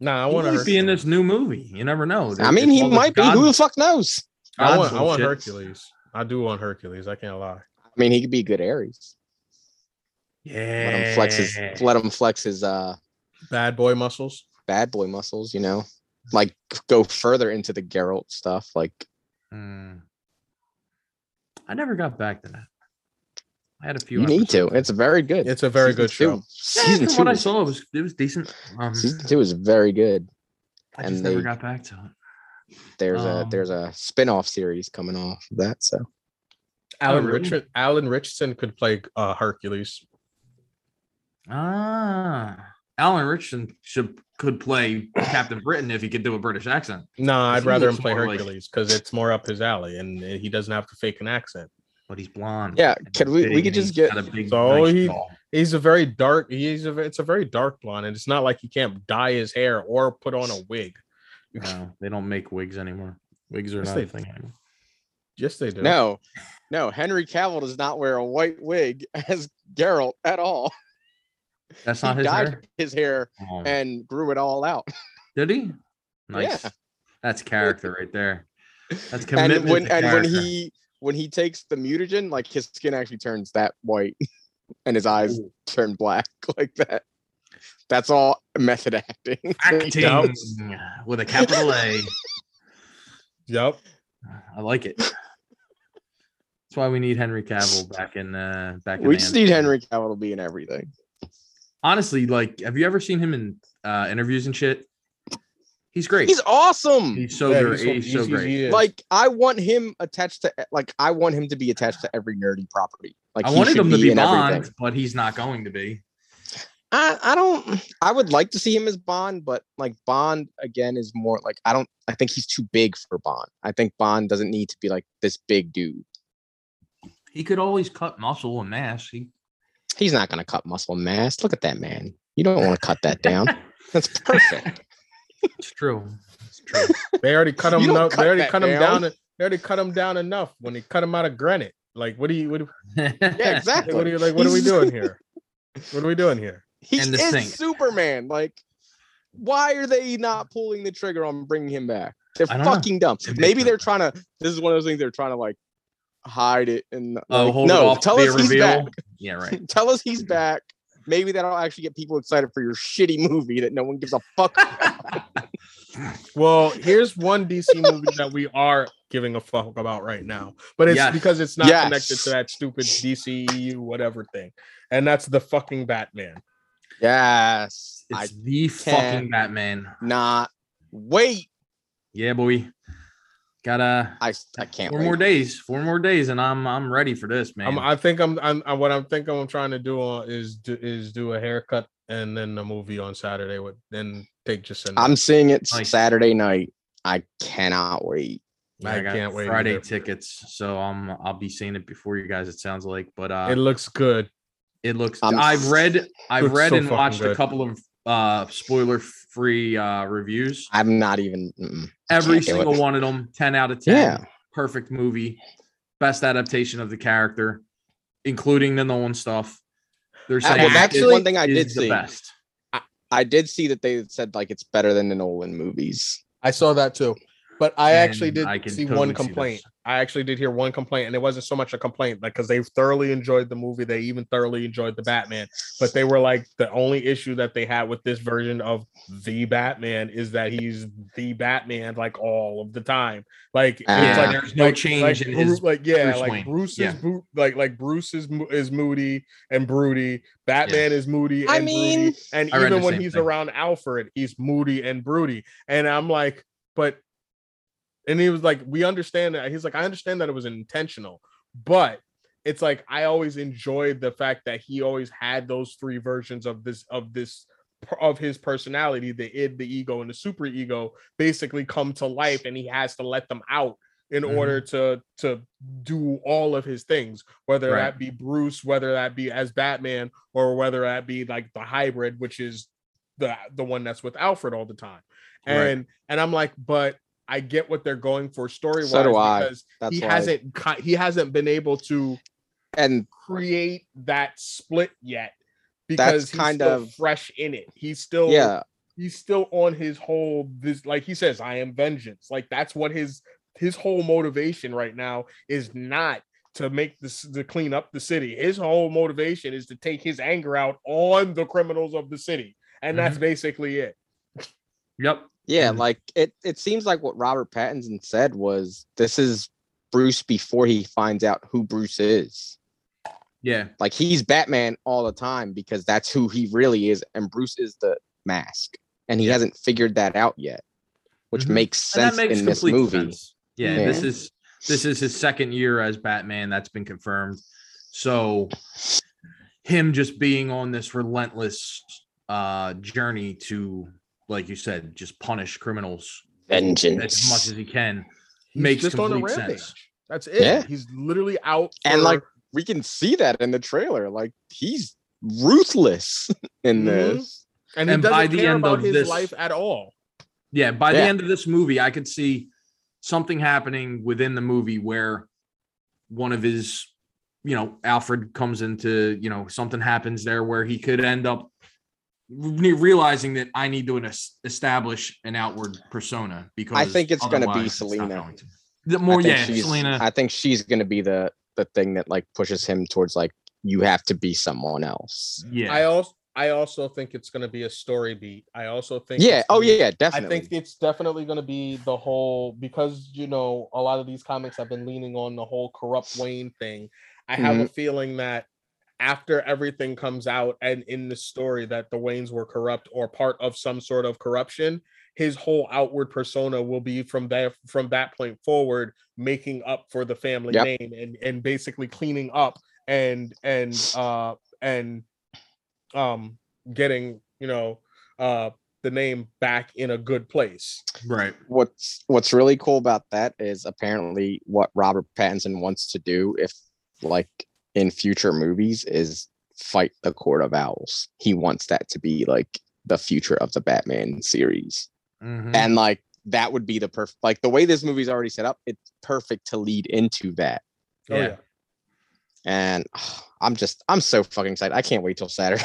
Speaker 4: Nah, I
Speaker 2: I
Speaker 4: want
Speaker 2: want
Speaker 4: to
Speaker 2: to be in this new movie. You never know.
Speaker 3: I mean,
Speaker 2: It's
Speaker 3: he
Speaker 2: all this
Speaker 3: might
Speaker 2: God-
Speaker 3: be. Who the fuck knows?
Speaker 4: I
Speaker 2: God
Speaker 4: want I want
Speaker 2: bullshit.
Speaker 4: Hercules. I do want Hercules. I can't lie.
Speaker 3: I mean, he could be a good Ares.
Speaker 2: Yeah.
Speaker 3: Let him flex his let him flex his uh
Speaker 4: Bad boy muscles.
Speaker 3: bad boy muscles. You know, like go further into the Geralt stuff. Like
Speaker 2: Mm. I never got back to that. I had a few.
Speaker 3: you need to.
Speaker 2: episodes.
Speaker 3: It's very good.
Speaker 4: It's a very
Speaker 3: Season
Speaker 4: good show.
Speaker 3: two-
Speaker 2: Yeah,
Speaker 3: Season
Speaker 2: from
Speaker 3: two.
Speaker 2: what I
Speaker 3: Was,
Speaker 2: saw, it was it was decent. Um,
Speaker 3: season two is very good.
Speaker 2: I just
Speaker 3: and
Speaker 2: never
Speaker 3: they-
Speaker 2: got back to it.
Speaker 3: There's
Speaker 2: Um,
Speaker 3: a there's a spin-off series coming off of that. So
Speaker 4: Alan
Speaker 2: really?
Speaker 4: Richard Alan Richardson could play uh Hercules.
Speaker 2: Ah, Alan Richardson should could play Captain Britain if he could do a British accent.
Speaker 4: Nah, I'd
Speaker 2: He
Speaker 4: rather him
Speaker 2: looks
Speaker 4: play
Speaker 2: more like-
Speaker 4: Hercules because it's more up his alley and he doesn't have to fake an accent.
Speaker 2: But he's blonde.
Speaker 3: Yeah,
Speaker 2: and
Speaker 3: could
Speaker 2: he's
Speaker 3: we- we
Speaker 2: big
Speaker 3: could
Speaker 2: and
Speaker 3: just
Speaker 2: he's
Speaker 3: get-
Speaker 2: got a big,
Speaker 4: So
Speaker 2: nice
Speaker 4: he-
Speaker 2: jaw.
Speaker 4: He's a very dark. He's a. It's a very dark blonde, and it's not like he can't dye his hair or put on a wig.
Speaker 2: No, they don't make wigs anymore. Wigs are
Speaker 4: Yes,
Speaker 2: not
Speaker 4: they
Speaker 2: a thing anymore.
Speaker 4: Yes, they do.
Speaker 3: no, no, Henry Cavill does not wear a white wig as Geralt at all.
Speaker 2: That's
Speaker 3: he
Speaker 2: not his
Speaker 3: dyed
Speaker 2: hair.
Speaker 3: his hair
Speaker 2: Oh,
Speaker 3: and grew it all out.
Speaker 2: did he? Nice.
Speaker 3: Yeah.
Speaker 2: That's character right there. That's commitment.
Speaker 3: and when
Speaker 2: to
Speaker 3: and when
Speaker 2: character.
Speaker 3: he when he takes the mutagen, like his skin actually turns that white, and his eyes
Speaker 2: Ooh,
Speaker 3: turn black like that. That's all method acting. that he
Speaker 2: acting
Speaker 3: does.
Speaker 2: with a capital A.
Speaker 4: Yep.
Speaker 2: I like it. That's why we need Henry Cavill back in uh back in
Speaker 3: We
Speaker 2: the
Speaker 3: just need
Speaker 2: MCU.
Speaker 3: Henry Cavill to be in everything.
Speaker 2: honestly, like, have you ever seen him in uh, interviews and shit? He's great.
Speaker 3: He's
Speaker 2: He's,
Speaker 3: awesome.
Speaker 2: so
Speaker 4: Yeah,
Speaker 2: great.
Speaker 4: he's so-
Speaker 2: He's so
Speaker 4: he's-
Speaker 2: great.
Speaker 4: he is.
Speaker 3: like I want him attached to like I want him to be attached to every nerdy property. Like
Speaker 2: I
Speaker 3: he
Speaker 2: wanted
Speaker 3: should
Speaker 2: him to be
Speaker 3: in
Speaker 2: Bond,
Speaker 3: everything.
Speaker 2: but he's not going to be.
Speaker 3: I, I don't I would like to see him as Bond, but like Bond again is more like I don't I think he's too big for Bond. I think Bond doesn't need to be like this big dude.
Speaker 2: He could always cut muscle and mass. He,
Speaker 3: He's not gonna cut muscle mass. Look at that man. You don't want to cut that down. That's perfect.
Speaker 2: it's true. It's true.
Speaker 4: They already cut him.
Speaker 3: You don't
Speaker 4: up-
Speaker 3: cut
Speaker 4: they already
Speaker 3: that
Speaker 4: cut him
Speaker 3: down.
Speaker 4: down. They already cut him down enough when they cut him out of granite. Like, what do you? What, do-
Speaker 3: Yeah, exactly.
Speaker 4: what are you like? What are we
Speaker 3: He's-
Speaker 4: doing here? What are we doing here?
Speaker 3: He
Speaker 2: And the
Speaker 3: is
Speaker 2: thing-
Speaker 3: Superman. Like why are they not pulling the trigger on bringing him back? They're
Speaker 2: I don't know.
Speaker 3: fucking dumb.
Speaker 2: They're
Speaker 3: Maybe
Speaker 2: different.
Speaker 3: they're trying to. This is one of those things they're trying to like hide it and
Speaker 2: Oh,
Speaker 3: like,
Speaker 2: hold it
Speaker 3: no.
Speaker 2: off.
Speaker 3: tell
Speaker 2: be
Speaker 3: us
Speaker 2: a
Speaker 3: he's
Speaker 2: reveal.
Speaker 3: back.
Speaker 2: Yeah, right.
Speaker 3: Tell us he's
Speaker 2: Mhm.
Speaker 3: back. Maybe that'll actually get people excited for your shitty movie that no one gives a fuck.
Speaker 4: Well, here's one DC movie that we are giving a fuck about right now, but it's
Speaker 2: Yes.
Speaker 4: because it's not
Speaker 3: Yes.
Speaker 4: connected to that stupid DCEU whatever thing, and that's the fucking Batman.
Speaker 3: yes, I
Speaker 2: It's the fucking Batman.
Speaker 3: not wait.
Speaker 2: Yeah, boy. Gotta
Speaker 3: I I can't
Speaker 2: four
Speaker 3: wait.
Speaker 2: more days. Four more days, and I'm I'm ready for this, man.
Speaker 4: I'm, I think I'm, I'm, i what I'm thinking I'm trying to do on is do, is do a haircut and then a movie on Saturday with then take just an
Speaker 3: I'm seeing it
Speaker 2: Nice.
Speaker 3: Saturday night. I cannot wait.
Speaker 2: Yeah,
Speaker 4: I
Speaker 2: I, got
Speaker 4: can't wait
Speaker 2: Friday
Speaker 4: either.
Speaker 2: tickets, so um I'll be seeing it before you guys. It sounds like, but uh,
Speaker 4: it looks good.
Speaker 2: It looks.
Speaker 3: I'm-
Speaker 2: I've read. I've
Speaker 4: Looks
Speaker 2: read
Speaker 4: so
Speaker 2: and
Speaker 4: fucking
Speaker 2: watched a
Speaker 4: good.
Speaker 2: couple of uh spoiler-free uh reviews.
Speaker 3: I'm not even. mm-mm.
Speaker 2: Every
Speaker 3: can't do it.
Speaker 2: single one of them, ten out of ten.
Speaker 3: Yeah.
Speaker 2: Perfect movie, best adaptation of the character, including the Nolan stuff. There's
Speaker 3: Uh, well, that's one thing I did
Speaker 2: the
Speaker 3: see.
Speaker 2: best.
Speaker 3: I did see that they said like it's better than the Nolan movies.
Speaker 4: I saw that too. But I actually
Speaker 2: And
Speaker 4: did
Speaker 2: I can
Speaker 4: see
Speaker 2: totally
Speaker 4: one
Speaker 2: see this.
Speaker 4: complaint. I actually did hear one complaint, and it wasn't so much a complaint because they thoroughly enjoyed the movie. They even thoroughly enjoyed the Batman. But they were like, the only issue that they had with this version of the Batman is that he's the Batman like all of the time. Like,
Speaker 3: Ah.
Speaker 2: Yeah,
Speaker 4: like
Speaker 2: there's no
Speaker 4: like-
Speaker 2: change
Speaker 4: like,
Speaker 2: in
Speaker 4: Bru-
Speaker 2: his.
Speaker 4: like yeah,
Speaker 2: Bruce
Speaker 4: like
Speaker 2: Wayne.
Speaker 4: Bruce is
Speaker 2: Yeah.
Speaker 4: bru- like like Bruce is mo- is moody and broody. Batman is moody.
Speaker 3: I
Speaker 4: and broody,
Speaker 3: mean-
Speaker 4: and
Speaker 2: I read
Speaker 4: even
Speaker 2: the
Speaker 4: when
Speaker 2: same
Speaker 4: he's
Speaker 2: thing.
Speaker 4: around Alfred, he's moody and broody. And I'm like, but, and he was like, we understand that. He's like, I understand that it was intentional, but it's like I always enjoyed the fact that he always had those three versions of this of this of his personality the id the ego and the super ego basically come to life and he has to let them out in
Speaker 2: Mhm.
Speaker 4: order to to do all of his things whether
Speaker 2: Right.
Speaker 4: that be bruce whether that be as batman or whether that be like the hybrid which is the the one that's with alfred all the time
Speaker 2: Right.
Speaker 4: and and i'm like but i get what they're going for story wise
Speaker 3: do I.
Speaker 4: because
Speaker 3: That's
Speaker 4: he
Speaker 3: why.
Speaker 4: hasn't ki- he hasn't been able to
Speaker 3: and
Speaker 4: create that split yet
Speaker 3: That's
Speaker 4: because he's
Speaker 3: kind
Speaker 4: still
Speaker 3: of-
Speaker 4: fresh in it. He's still
Speaker 3: yeah,
Speaker 4: he's still on his whole this like he says I am vengeance. Like that's what his his whole motivation right now is not to make this to clean up the city. His whole motivation is to take his anger out on the criminals of the city. And
Speaker 2: Mm-hmm.
Speaker 4: that's basically it.
Speaker 2: Yep.
Speaker 3: yeah.
Speaker 2: Mhm.
Speaker 3: Like it. It seems like what Robert Pattinson said was this is Bruce before he finds out who Bruce is.
Speaker 2: Yeah.
Speaker 3: Like he's Batman all the time because that's who he really is, and Bruce is the mask, and he hasn't figured that out yet, which
Speaker 2: Mhm.
Speaker 3: makes
Speaker 2: And
Speaker 3: sense
Speaker 2: that makes
Speaker 3: in this
Speaker 2: complete
Speaker 3: movie.
Speaker 2: sense. Yeah,
Speaker 3: Yeah.
Speaker 2: This is this is his second year as Batman. That's been confirmed. So him just being on this relentless uh journey to, like you said, just punish criminals as much
Speaker 3: Vengeance.
Speaker 2: as he can.
Speaker 4: He's
Speaker 2: Makes
Speaker 4: just on a
Speaker 2: complete
Speaker 4: rampage.
Speaker 2: sense.
Speaker 4: That's it.
Speaker 3: Yeah.
Speaker 4: He's literally out
Speaker 3: And,
Speaker 4: for-
Speaker 3: like, we can see that in the trailer. Like he's ruthless in
Speaker 2: Mm-hmm.
Speaker 4: Mhm.
Speaker 3: this.
Speaker 4: and he
Speaker 2: and
Speaker 4: doesn't
Speaker 2: by the
Speaker 4: care
Speaker 2: end
Speaker 4: about
Speaker 2: of
Speaker 4: his
Speaker 2: this-
Speaker 4: life at all.
Speaker 2: Yeah, by the
Speaker 3: Yeah.
Speaker 2: end of this movie, I could see something happening within the movie where one of his, you know, Alfred comes into, you know, something happens there where he could end up re- realizing that I need to es- establish an outward persona because
Speaker 3: think it's gonna be
Speaker 2: otherwise it's not
Speaker 3: Selena.
Speaker 2: going to. The
Speaker 3: I
Speaker 2: more,
Speaker 3: think
Speaker 2: yeah,
Speaker 3: she's-
Speaker 2: Selena.
Speaker 3: I think she's gonna be the the thing that like pushes him towards like you have to be someone else.
Speaker 2: yeah,
Speaker 4: I also I also think it's going to be a story beat. I also think
Speaker 3: Yeah.
Speaker 4: it's
Speaker 3: Oh
Speaker 4: gonna-
Speaker 3: yeah.
Speaker 4: I
Speaker 3: Definitely.
Speaker 4: think it's definitely going to be the whole because you know a lot of these comics have been leaning on the whole corrupt Wayne thing. I have
Speaker 3: Mm-hmm.
Speaker 4: a feeling that after everything comes out and in the story that the Waynes were corrupt or part of some sort of corruption, his whole outward persona will be from that from that point forward making up for the family
Speaker 3: Yep.
Speaker 4: name and and basically cleaning up and and uh and um getting you know uh the name back in a good place
Speaker 2: right.
Speaker 3: what's what's really cool about that is apparently what Robert Pattinson wants to do if like in future movies is fight the Court of Owls. He wants that to be like the future of the Batman series.
Speaker 2: Mhm.
Speaker 3: And like that would be the perfect like the way this movie's already set up, it's perfect to lead into that.
Speaker 4: oh yeah,
Speaker 2: Yeah.
Speaker 3: And I'm just I'm so fucking excited. I can't wait till Saturday.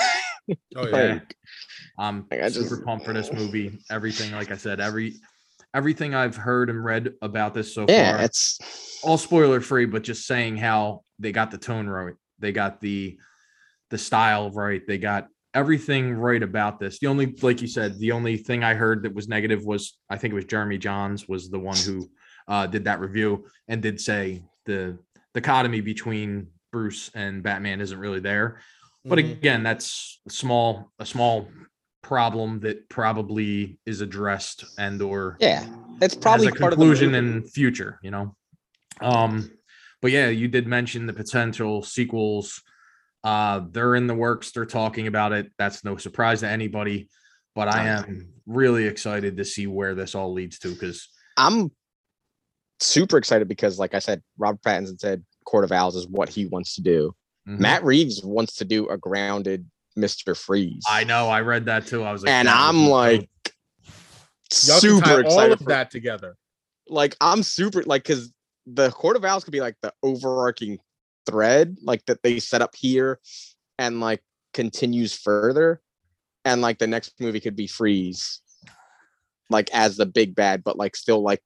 Speaker 4: oh yeah
Speaker 2: yeah.
Speaker 3: Like,
Speaker 2: I'm
Speaker 3: Like, I
Speaker 2: super
Speaker 3: just-
Speaker 2: pumped for this movie. Everything, like I said, every everything I've heard and read about this so
Speaker 3: Yeah,
Speaker 2: far,
Speaker 3: it's
Speaker 2: all spoiler free, but just saying how they got the tone right, they got the the style right, they got everything right about this. The only, like you said, the only thing I heard that was negative was I think it was Jeremy Johns was the one who uh, did that review and did say the dichotomy between Bruce and Batman isn't really there. But
Speaker 4: Mhm.
Speaker 2: again, that's a small a small problem that probably is addressed and or
Speaker 3: yeah, it's probably
Speaker 2: as a
Speaker 3: part
Speaker 2: conclusion
Speaker 3: of the movie.
Speaker 2: in future, you know. Um, but yeah, you did mention the potential sequels. Uh, they're in the works. They're talking about it. That's no surprise to anybody. But I am really excited to see where this all leads to because
Speaker 3: I'm super excited because, like I said, Robert Pattinson said Court of Owls is what he wants to do.
Speaker 2: Mm-hmm.
Speaker 3: Matt Reeves wants to do a grounded Mister Freeze.
Speaker 2: I know I read that too. I was like,
Speaker 3: and
Speaker 2: that would
Speaker 3: I'm
Speaker 2: be dope.
Speaker 3: like
Speaker 4: Y'all can
Speaker 3: super
Speaker 4: tie all
Speaker 3: excited
Speaker 4: of
Speaker 3: for
Speaker 4: that together.
Speaker 3: like I'm super like because the Court of Owls could be like the overarching thread like that they set up here and like continues further, and like the next movie could be Freeze, like as the big bad, but like still like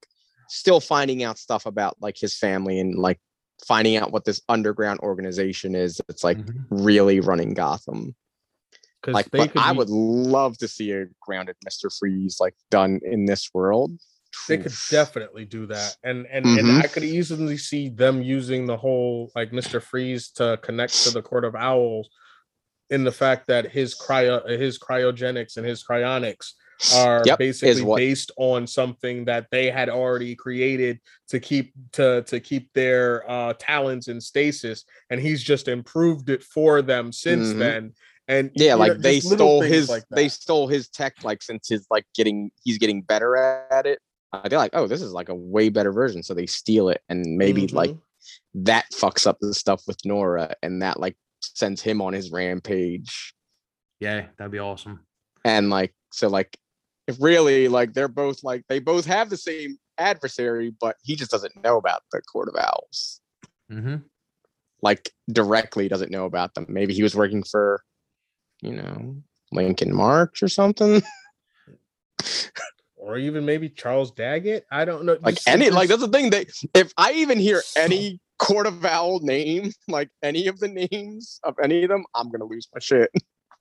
Speaker 3: still finding out stuff about like his family and like finding out what this underground organization is that's like
Speaker 2: Mhm.
Speaker 4: Mm-hmm.
Speaker 3: really running Gotham
Speaker 4: Because
Speaker 3: like but i would love to see a grounded mr freeze like done in this world
Speaker 4: they could
Speaker 3: Oof.
Speaker 4: definitely do that and and, and
Speaker 3: Mhm.
Speaker 4: i could easily see them using the whole like mr freeze to connect to the court of owls in the fact that his cryo his cryogenics and his cryonics are
Speaker 3: Yep, is
Speaker 4: basically
Speaker 3: what-
Speaker 4: based on something that they had already created to keep to to keep their uh talents in stasis and he's just improved it for them since
Speaker 3: Mhm.
Speaker 4: then and
Speaker 3: yeah
Speaker 4: you know,
Speaker 3: like they
Speaker 4: just little
Speaker 3: stole
Speaker 4: things
Speaker 3: his
Speaker 4: like
Speaker 3: they
Speaker 4: that.
Speaker 3: stole his tech like since his like getting he's getting better at it uh, they're like oh this is like a way better version so they steal it and maybe like
Speaker 4: Mhm.
Speaker 3: that fucks up the stuff with nora and that like sends him on his rampage
Speaker 2: yeah, that'd be awesome.
Speaker 3: and like so like if really like they're both like they both have the same adversary but he just doesn't know about the court of owls
Speaker 2: hmm
Speaker 3: like directly doesn't know about them. Maybe he was working for, you know, Lincoln March or something.
Speaker 4: or even maybe charles daggett i don't know
Speaker 3: Like
Speaker 4: just
Speaker 3: any
Speaker 4: super
Speaker 3: like that's the thing. They if I even hear any court of owl name, like any of the names of any of them, I'm gonna lose my shit.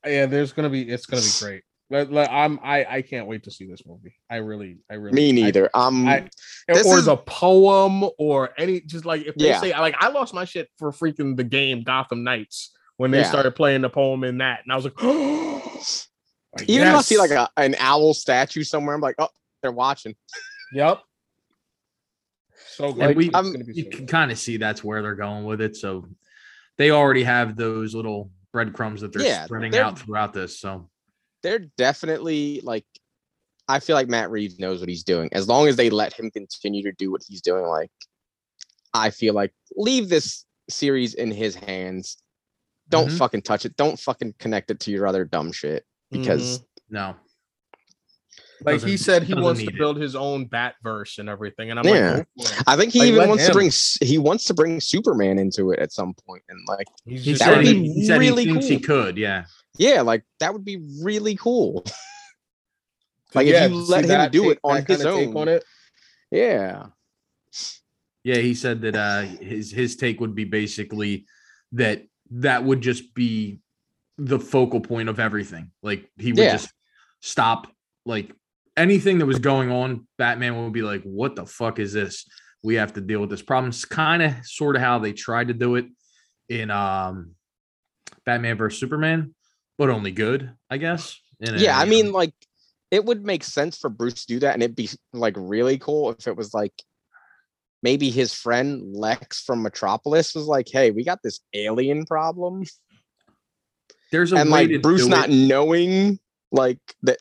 Speaker 4: yeah there's gonna be it's gonna be great Let- let- i'm i i can't wait to see this movie i really i really
Speaker 3: Me
Speaker 4: I-
Speaker 3: neither. Um, I'm
Speaker 4: I-
Speaker 3: This
Speaker 4: or
Speaker 3: is-
Speaker 4: the poem or any just like if they
Speaker 3: Yeah.
Speaker 4: say like i lost my shit for freaking the game gotham knights when they
Speaker 3: Yeah.
Speaker 4: started playing the poem in that and i was like
Speaker 3: even if I see
Speaker 4: yes.
Speaker 3: like a, an owl statue somewhere, I'm like, oh, they're watching.
Speaker 4: yep so
Speaker 2: And
Speaker 4: great.
Speaker 2: we,
Speaker 4: It's
Speaker 3: I'm-
Speaker 4: gonna be
Speaker 2: you
Speaker 4: so
Speaker 2: can
Speaker 4: good.
Speaker 2: kind of see that's where they're going with it. So they already have those little breadcrumbs that they're
Speaker 3: Yeah,
Speaker 2: spreading
Speaker 3: they're-
Speaker 2: out throughout this. So
Speaker 3: They're definitely like I feel like Matt Reeves knows what he's doing. As long as they let him continue to do what he's doing, like I feel like leave this series in his hands. Don't
Speaker 4: Mm-hmm.
Speaker 2: Mhm.
Speaker 3: fucking touch it. Don't fucking connect it to your other dumb shit
Speaker 4: Mm-hmm.
Speaker 3: because
Speaker 2: no,
Speaker 4: like he
Speaker 2: doesn't-
Speaker 4: said he
Speaker 2: doesn't
Speaker 4: wants to
Speaker 2: need it.
Speaker 4: build his own bat verse and everything and i'm
Speaker 3: Yeah.
Speaker 4: like go for it.
Speaker 3: I think he
Speaker 4: Like,
Speaker 3: even
Speaker 4: let
Speaker 3: wants
Speaker 4: him.
Speaker 3: to bring s- he wants to bring Superman into it at some point and like
Speaker 4: he's
Speaker 2: he
Speaker 4: just
Speaker 3: That would
Speaker 2: said,
Speaker 4: trying to-
Speaker 2: he,
Speaker 3: be
Speaker 2: he, said
Speaker 3: really
Speaker 2: he thinks he
Speaker 3: cool.
Speaker 2: could. Yeah,
Speaker 3: yeah, like that would be really cool. like
Speaker 4: yeah,
Speaker 3: if you
Speaker 4: to
Speaker 3: let
Speaker 4: see
Speaker 3: him
Speaker 4: that
Speaker 3: do
Speaker 4: take-
Speaker 3: it on
Speaker 4: that
Speaker 3: his
Speaker 4: kinda take
Speaker 3: own.
Speaker 4: on it
Speaker 3: Yeah.
Speaker 2: yeah. He said that uh, his his take would be basically that that would just be the focal point of everything. Like he would
Speaker 3: Yeah.
Speaker 2: just stop like anything that was going on. Batman would be like, "What the fuck is this? We have to deal with this problem." It's kind of sort of how they tried to do it in um, Batman versus Superman, but only good, I guess. In a-
Speaker 3: Yeah, I mean, like, it would make sense for Bruce to do that, and it'd be like really cool if it was like maybe his friend Lex from Metropolis was like, "Hey, we got this alien problem,"
Speaker 2: there's a
Speaker 3: and
Speaker 2: way
Speaker 3: like
Speaker 2: to
Speaker 3: Bruce
Speaker 2: do
Speaker 3: not
Speaker 2: it.
Speaker 3: knowing like that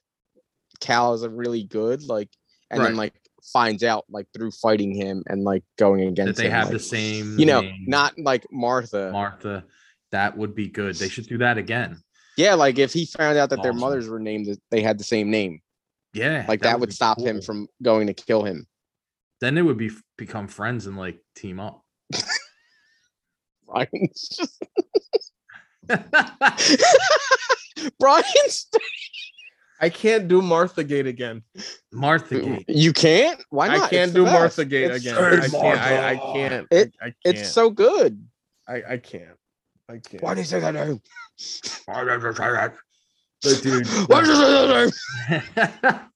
Speaker 3: Cal is a really good like, and then like finds out like through fighting him and like going
Speaker 2: that
Speaker 3: against
Speaker 2: they
Speaker 3: him,
Speaker 2: have
Speaker 3: like,
Speaker 2: the same
Speaker 3: you know,
Speaker 2: name.
Speaker 3: not like Martha.
Speaker 2: Martha. That would be good. They should do that again.
Speaker 3: yeah, like if he found out that their
Speaker 2: Awesome.
Speaker 3: mothers were named, that they had the same name,
Speaker 2: Yeah,
Speaker 3: like that, would
Speaker 2: be
Speaker 3: stop him
Speaker 2: cool.
Speaker 3: from going to kill him.
Speaker 2: Then they would be become friends and like team up.
Speaker 3: Like, it's just
Speaker 2: Brian
Speaker 3: Brian's
Speaker 4: I can't do Martha Gate again.
Speaker 2: Martha Gate.
Speaker 3: You can't? Why not?
Speaker 4: I
Speaker 3: It's
Speaker 4: can't
Speaker 3: the
Speaker 4: do
Speaker 3: best.
Speaker 4: Martha Gate
Speaker 3: It's-
Speaker 4: again. I
Speaker 2: Hey,
Speaker 4: can't. I, I
Speaker 2: Martha.
Speaker 4: can't.
Speaker 3: It-
Speaker 4: I can't.
Speaker 3: It's so good.
Speaker 4: I, I can't. I can't.
Speaker 3: Why do you say that name?
Speaker 2: But dude,
Speaker 3: Why do you say that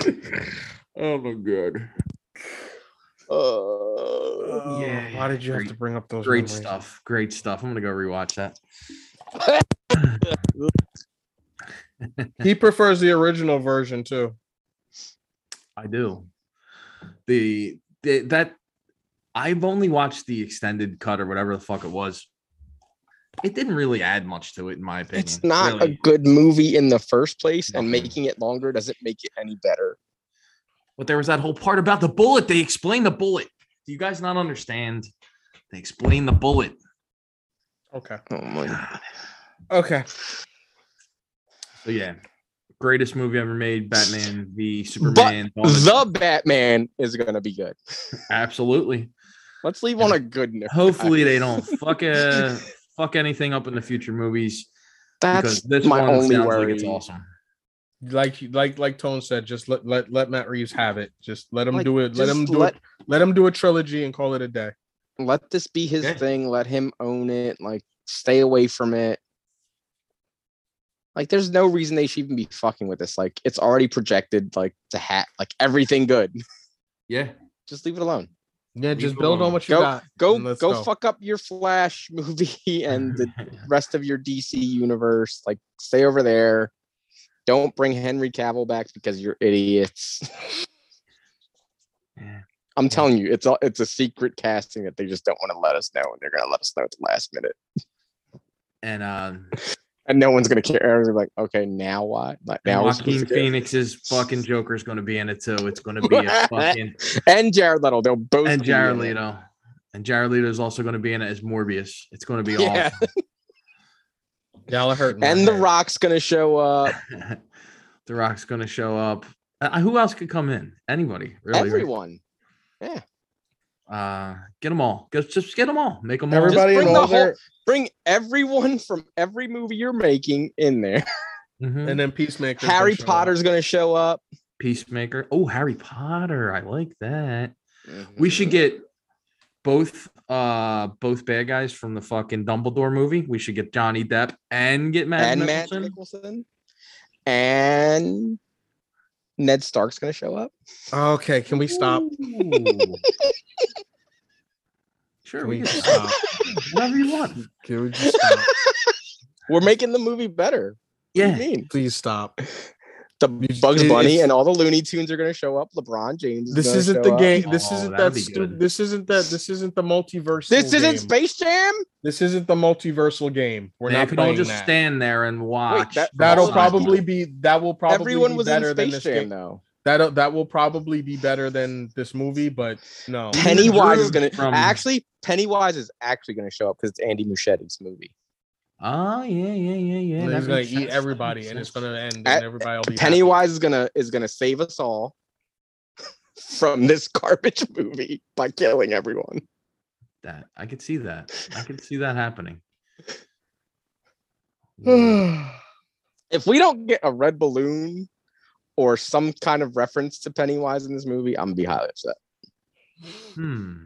Speaker 3: name?
Speaker 2: oh my god.
Speaker 3: Uh,
Speaker 4: Oh,
Speaker 2: Yeah,
Speaker 4: Why did you have
Speaker 2: great-
Speaker 4: to bring up those
Speaker 2: Great
Speaker 4: memories?
Speaker 2: stuff. Great stuff. I'm gonna go rewatch that.
Speaker 4: He prefers the original version too.
Speaker 2: I do. The, the that I've only watched the extended cut or whatever the fuck it was. It didn't really add much to it, in my opinion.
Speaker 3: It's not a
Speaker 2: Mm-hmm. really. Mm-hmm.
Speaker 3: good movie in the first place, and
Speaker 2: Nothing.
Speaker 3: making it longer doesn't make it any better.
Speaker 2: But there was that whole part about the bullet. They explained the bullet. Do you guys not understand? They explain the bullet.
Speaker 4: Okay.
Speaker 3: Oh my.
Speaker 4: Okay.
Speaker 2: So yeah, greatest movie ever made, Batman v Superman. all that-
Speaker 3: The Batman is gonna be good.
Speaker 2: Absolutely.
Speaker 3: Let's leave on a good note.
Speaker 2: Hopefully they don't fuck uh, fuck anything up in the future movies because
Speaker 3: That's
Speaker 2: this
Speaker 3: my
Speaker 2: one
Speaker 3: only
Speaker 2: sounds
Speaker 3: worry.
Speaker 2: like it's awesome.
Speaker 4: Like like like Tone said, just let let, let Matt Reeves have it. Just let him
Speaker 3: Like,
Speaker 4: do it. Let him
Speaker 3: just
Speaker 4: do
Speaker 3: let-
Speaker 4: it. Let him do a trilogy and call it a day.
Speaker 3: Let this be his
Speaker 2: Okay.
Speaker 3: thing. Let him own it. Like, stay away from it. Like, there's no reason they should even be fucking with this. Like, it's already projected. Like, to hat. Like everything good.
Speaker 2: Yeah.
Speaker 3: Just leave it alone.
Speaker 4: Yeah,
Speaker 2: Leave
Speaker 4: just
Speaker 2: it
Speaker 4: build on
Speaker 2: alone.
Speaker 4: what you got.
Speaker 3: Go,
Speaker 4: and
Speaker 3: go,
Speaker 4: let's
Speaker 3: fuck up your Flash movie and the rest of your DC universe. Like, stay over there. Don't bring Henry Cavill back because you're idiots.
Speaker 2: Yeah.
Speaker 3: I'm telling you, it's all it's a secret casting that they just don't want to let us know, and they're gonna let us know at the last minute,
Speaker 2: And um
Speaker 3: and no one's gonna care. Everyone's gonna be like, okay, now what? Like
Speaker 2: and
Speaker 3: now we're supposed
Speaker 2: Joaquin
Speaker 3: to care."
Speaker 2: Phoenix's fucking Joker's gonna be in it too. It's gonna be a fucking
Speaker 3: and Jared Leto, they'll both
Speaker 2: and
Speaker 3: be in
Speaker 2: Jared
Speaker 3: it.
Speaker 2: Leto. And Jared Leto is also gonna be in it as Morbius. It's gonna be
Speaker 3: Yeah.
Speaker 4: Y'all are hurting. my
Speaker 3: and The
Speaker 4: head.
Speaker 3: Rock's gonna show up.
Speaker 2: awesome. the Rock's gonna show up. Uh, who else could come in? Anybody, really? right?
Speaker 3: Everyone,
Speaker 2: Uh, get them all. Just, just get them all. Make them all.
Speaker 4: Everybody
Speaker 3: Just
Speaker 4: and
Speaker 3: bring the
Speaker 4: all
Speaker 3: whole-
Speaker 4: their
Speaker 3: bring everyone from every movie you're making in there.
Speaker 2: Mhm.
Speaker 4: and then Peacemaker.
Speaker 3: Harry Potter's gonna show up.
Speaker 2: Peacemaker. Oh, Harry Potter. I like that. We
Speaker 4: Mm-hmm.
Speaker 2: should get both uh both bad guys from the fucking Dumbledore movie. We should get Johnny Depp and get Matt
Speaker 3: and Matt
Speaker 2: Mickelson.
Speaker 3: Nicholson and Ned Stark's gonna show up.
Speaker 4: Okay, can we stop?
Speaker 2: Ooh. sure,
Speaker 4: Can
Speaker 2: we
Speaker 4: we
Speaker 2: can
Speaker 4: just
Speaker 2: stop.
Speaker 4: stop?
Speaker 2: whatever you want.
Speaker 4: Can we just stop?
Speaker 3: We're making the movie better. What do you
Speaker 2: Yeah,
Speaker 3: mean?
Speaker 4: Please stop.
Speaker 3: the
Speaker 4: You-
Speaker 3: Bugs
Speaker 4: it-
Speaker 3: Bunny
Speaker 4: it's-
Speaker 3: and all the Looney Tunes are going to show up. LeBron James. Is
Speaker 4: This
Speaker 3: gonna
Speaker 4: isn't
Speaker 3: show
Speaker 4: the
Speaker 3: up.
Speaker 4: game. This
Speaker 2: Oh,
Speaker 4: isn't
Speaker 2: that'd
Speaker 4: that.
Speaker 2: be
Speaker 4: stu-
Speaker 2: good.
Speaker 4: this isn't that. This isn't the multiverse.
Speaker 3: This isn't
Speaker 4: Game.
Speaker 3: Space Jam.
Speaker 4: This isn't the multiversal game. We're
Speaker 2: they
Speaker 4: not
Speaker 2: could
Speaker 4: playing
Speaker 2: all just
Speaker 4: that.
Speaker 2: stand there and watch.
Speaker 3: that-
Speaker 2: from
Speaker 4: That'll
Speaker 2: all sides.
Speaker 4: probably be. That will probably
Speaker 3: Everyone
Speaker 4: be
Speaker 3: was in
Speaker 4: better than
Speaker 3: Space
Speaker 4: this
Speaker 3: Jam
Speaker 4: game.
Speaker 3: though.
Speaker 4: That that will probably be better than this movie, but no.
Speaker 2: Pe-
Speaker 3: Pennywise is
Speaker 2: Drew
Speaker 3: going to
Speaker 2: from-
Speaker 3: actually. Pennywise is actually going to show up because it's Andy Muschietti's movie.
Speaker 2: Oh yeah, yeah, yeah, yeah.
Speaker 4: He's
Speaker 2: that
Speaker 4: gonna
Speaker 2: makes sense,
Speaker 4: eat
Speaker 2: that
Speaker 4: everybody,
Speaker 2: makes
Speaker 4: and it's
Speaker 2: sense.
Speaker 4: gonna end, and
Speaker 3: At-
Speaker 4: everybody will be happy.
Speaker 3: Pennywise is gonna is gonna save us all from this garbage movie by killing everyone.
Speaker 2: that. I could see that. I could see that happening. Yeah.
Speaker 3: if we don't get a red balloon or some kind of reference to Pennywise in this movie, I'm gonna be highly upset.
Speaker 2: hmm.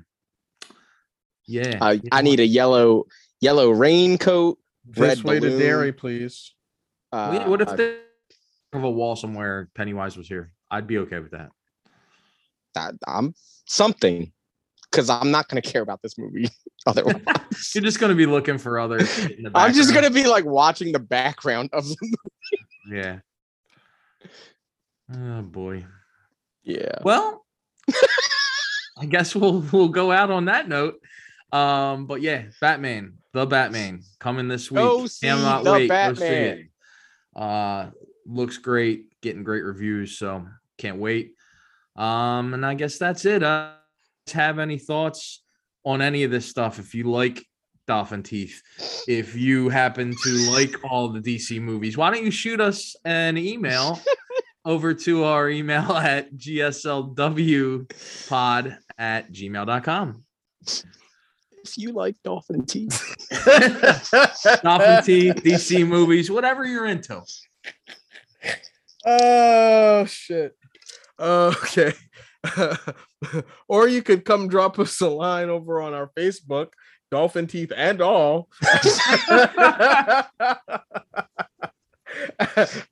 Speaker 2: Yeah.
Speaker 3: I,
Speaker 2: you know
Speaker 3: Uh, I need a yellow yellow raincoat.
Speaker 4: This
Speaker 3: Red
Speaker 4: way to
Speaker 3: balloon.
Speaker 4: dairy, please.
Speaker 3: Uh,
Speaker 2: what? Wait, what if
Speaker 3: uh,
Speaker 2: they have a wall somewhere? Pennywise was here. I'd be okay with that.
Speaker 3: that- I'm something? Because I'm not gonna care about this movie otherwise.
Speaker 2: You're just gonna be looking for other. shit in the
Speaker 3: I'm just gonna
Speaker 2: background.
Speaker 3: be like watching the background of the movie.
Speaker 2: Yeah. Oh boy.
Speaker 3: Yeah.
Speaker 2: Well, I guess we'll we'll go out on that note. Um, but yeah, Batman, the Batman, coming this week.
Speaker 3: Go see
Speaker 2: Cannot
Speaker 3: The
Speaker 2: wait. Go see it.
Speaker 3: Batman.
Speaker 2: Uh, looks great, getting great reviews, so can't wait. Um, and I guess that's it. Uh, have any thoughts on any of this stuff? If you like Dolphin Teeth, if you happen to like all the DC movies, why don't you shoot us an email over to our email at gslwpod at gmail.com.
Speaker 3: If you like Dolphin Teeth,
Speaker 2: Dolphin Teeth, DC movies, whatever you're into.
Speaker 4: Oh shit. Okay. or you could come drop us a line over on our Facebook, Dolphin Teeth and all.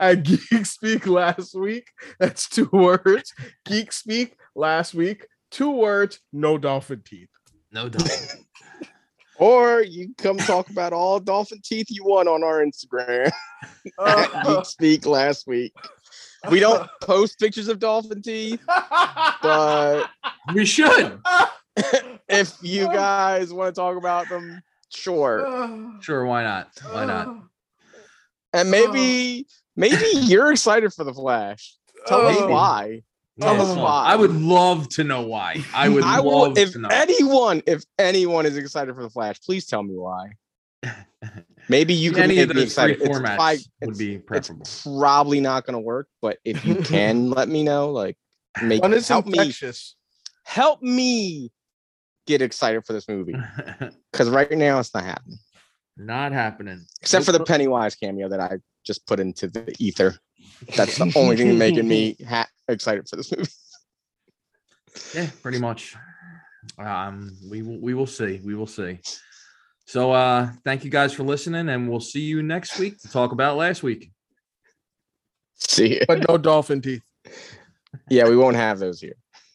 Speaker 4: At Geek Speak last week. That's two words. Geek Speak last week. Two words, no dolphin teeth.
Speaker 2: No doubt.
Speaker 3: Or you can come talk about all dolphin teeth you want on our Instagram. at Geek Speak last week. We don't post pictures of dolphin teeth, but
Speaker 2: we should.
Speaker 3: if you guys want to talk about them,
Speaker 4: Oh.
Speaker 3: sure.
Speaker 2: Sure, why not? Why not?
Speaker 3: And maybe maybe you're excited for the Flash. Tell us
Speaker 2: Oh.
Speaker 3: why. Tell
Speaker 2: Yeah,
Speaker 3: us
Speaker 2: so-
Speaker 3: why.
Speaker 2: I would love to know why. I would
Speaker 3: I
Speaker 2: love
Speaker 3: will if
Speaker 2: to know.
Speaker 3: anyone, if anyone is excited for the Flash, please tell me why. Maybe you can
Speaker 2: any
Speaker 3: make
Speaker 2: of
Speaker 3: me
Speaker 2: those three
Speaker 3: excited. It's,
Speaker 2: formats
Speaker 3: fi-
Speaker 2: would
Speaker 3: it's,
Speaker 2: be preferable.
Speaker 3: it's probably not gonna work, but if you can let me know, like make
Speaker 4: One is
Speaker 3: help me
Speaker 4: infectious.
Speaker 3: help me get excited for this movie. Because right now it's not happening.
Speaker 2: Not happening.
Speaker 3: Except for the Pennywise cameo that I just put into the ether. That's the only thing making me ha- excited for this movie.
Speaker 2: Yeah, pretty much. Um, we will, we will see. We will see. So, uh, thank you guys for listening, and we'll see you next week to talk about last week.
Speaker 3: See, ya.
Speaker 4: But no dolphin teeth.
Speaker 3: yeah, we won't have those here.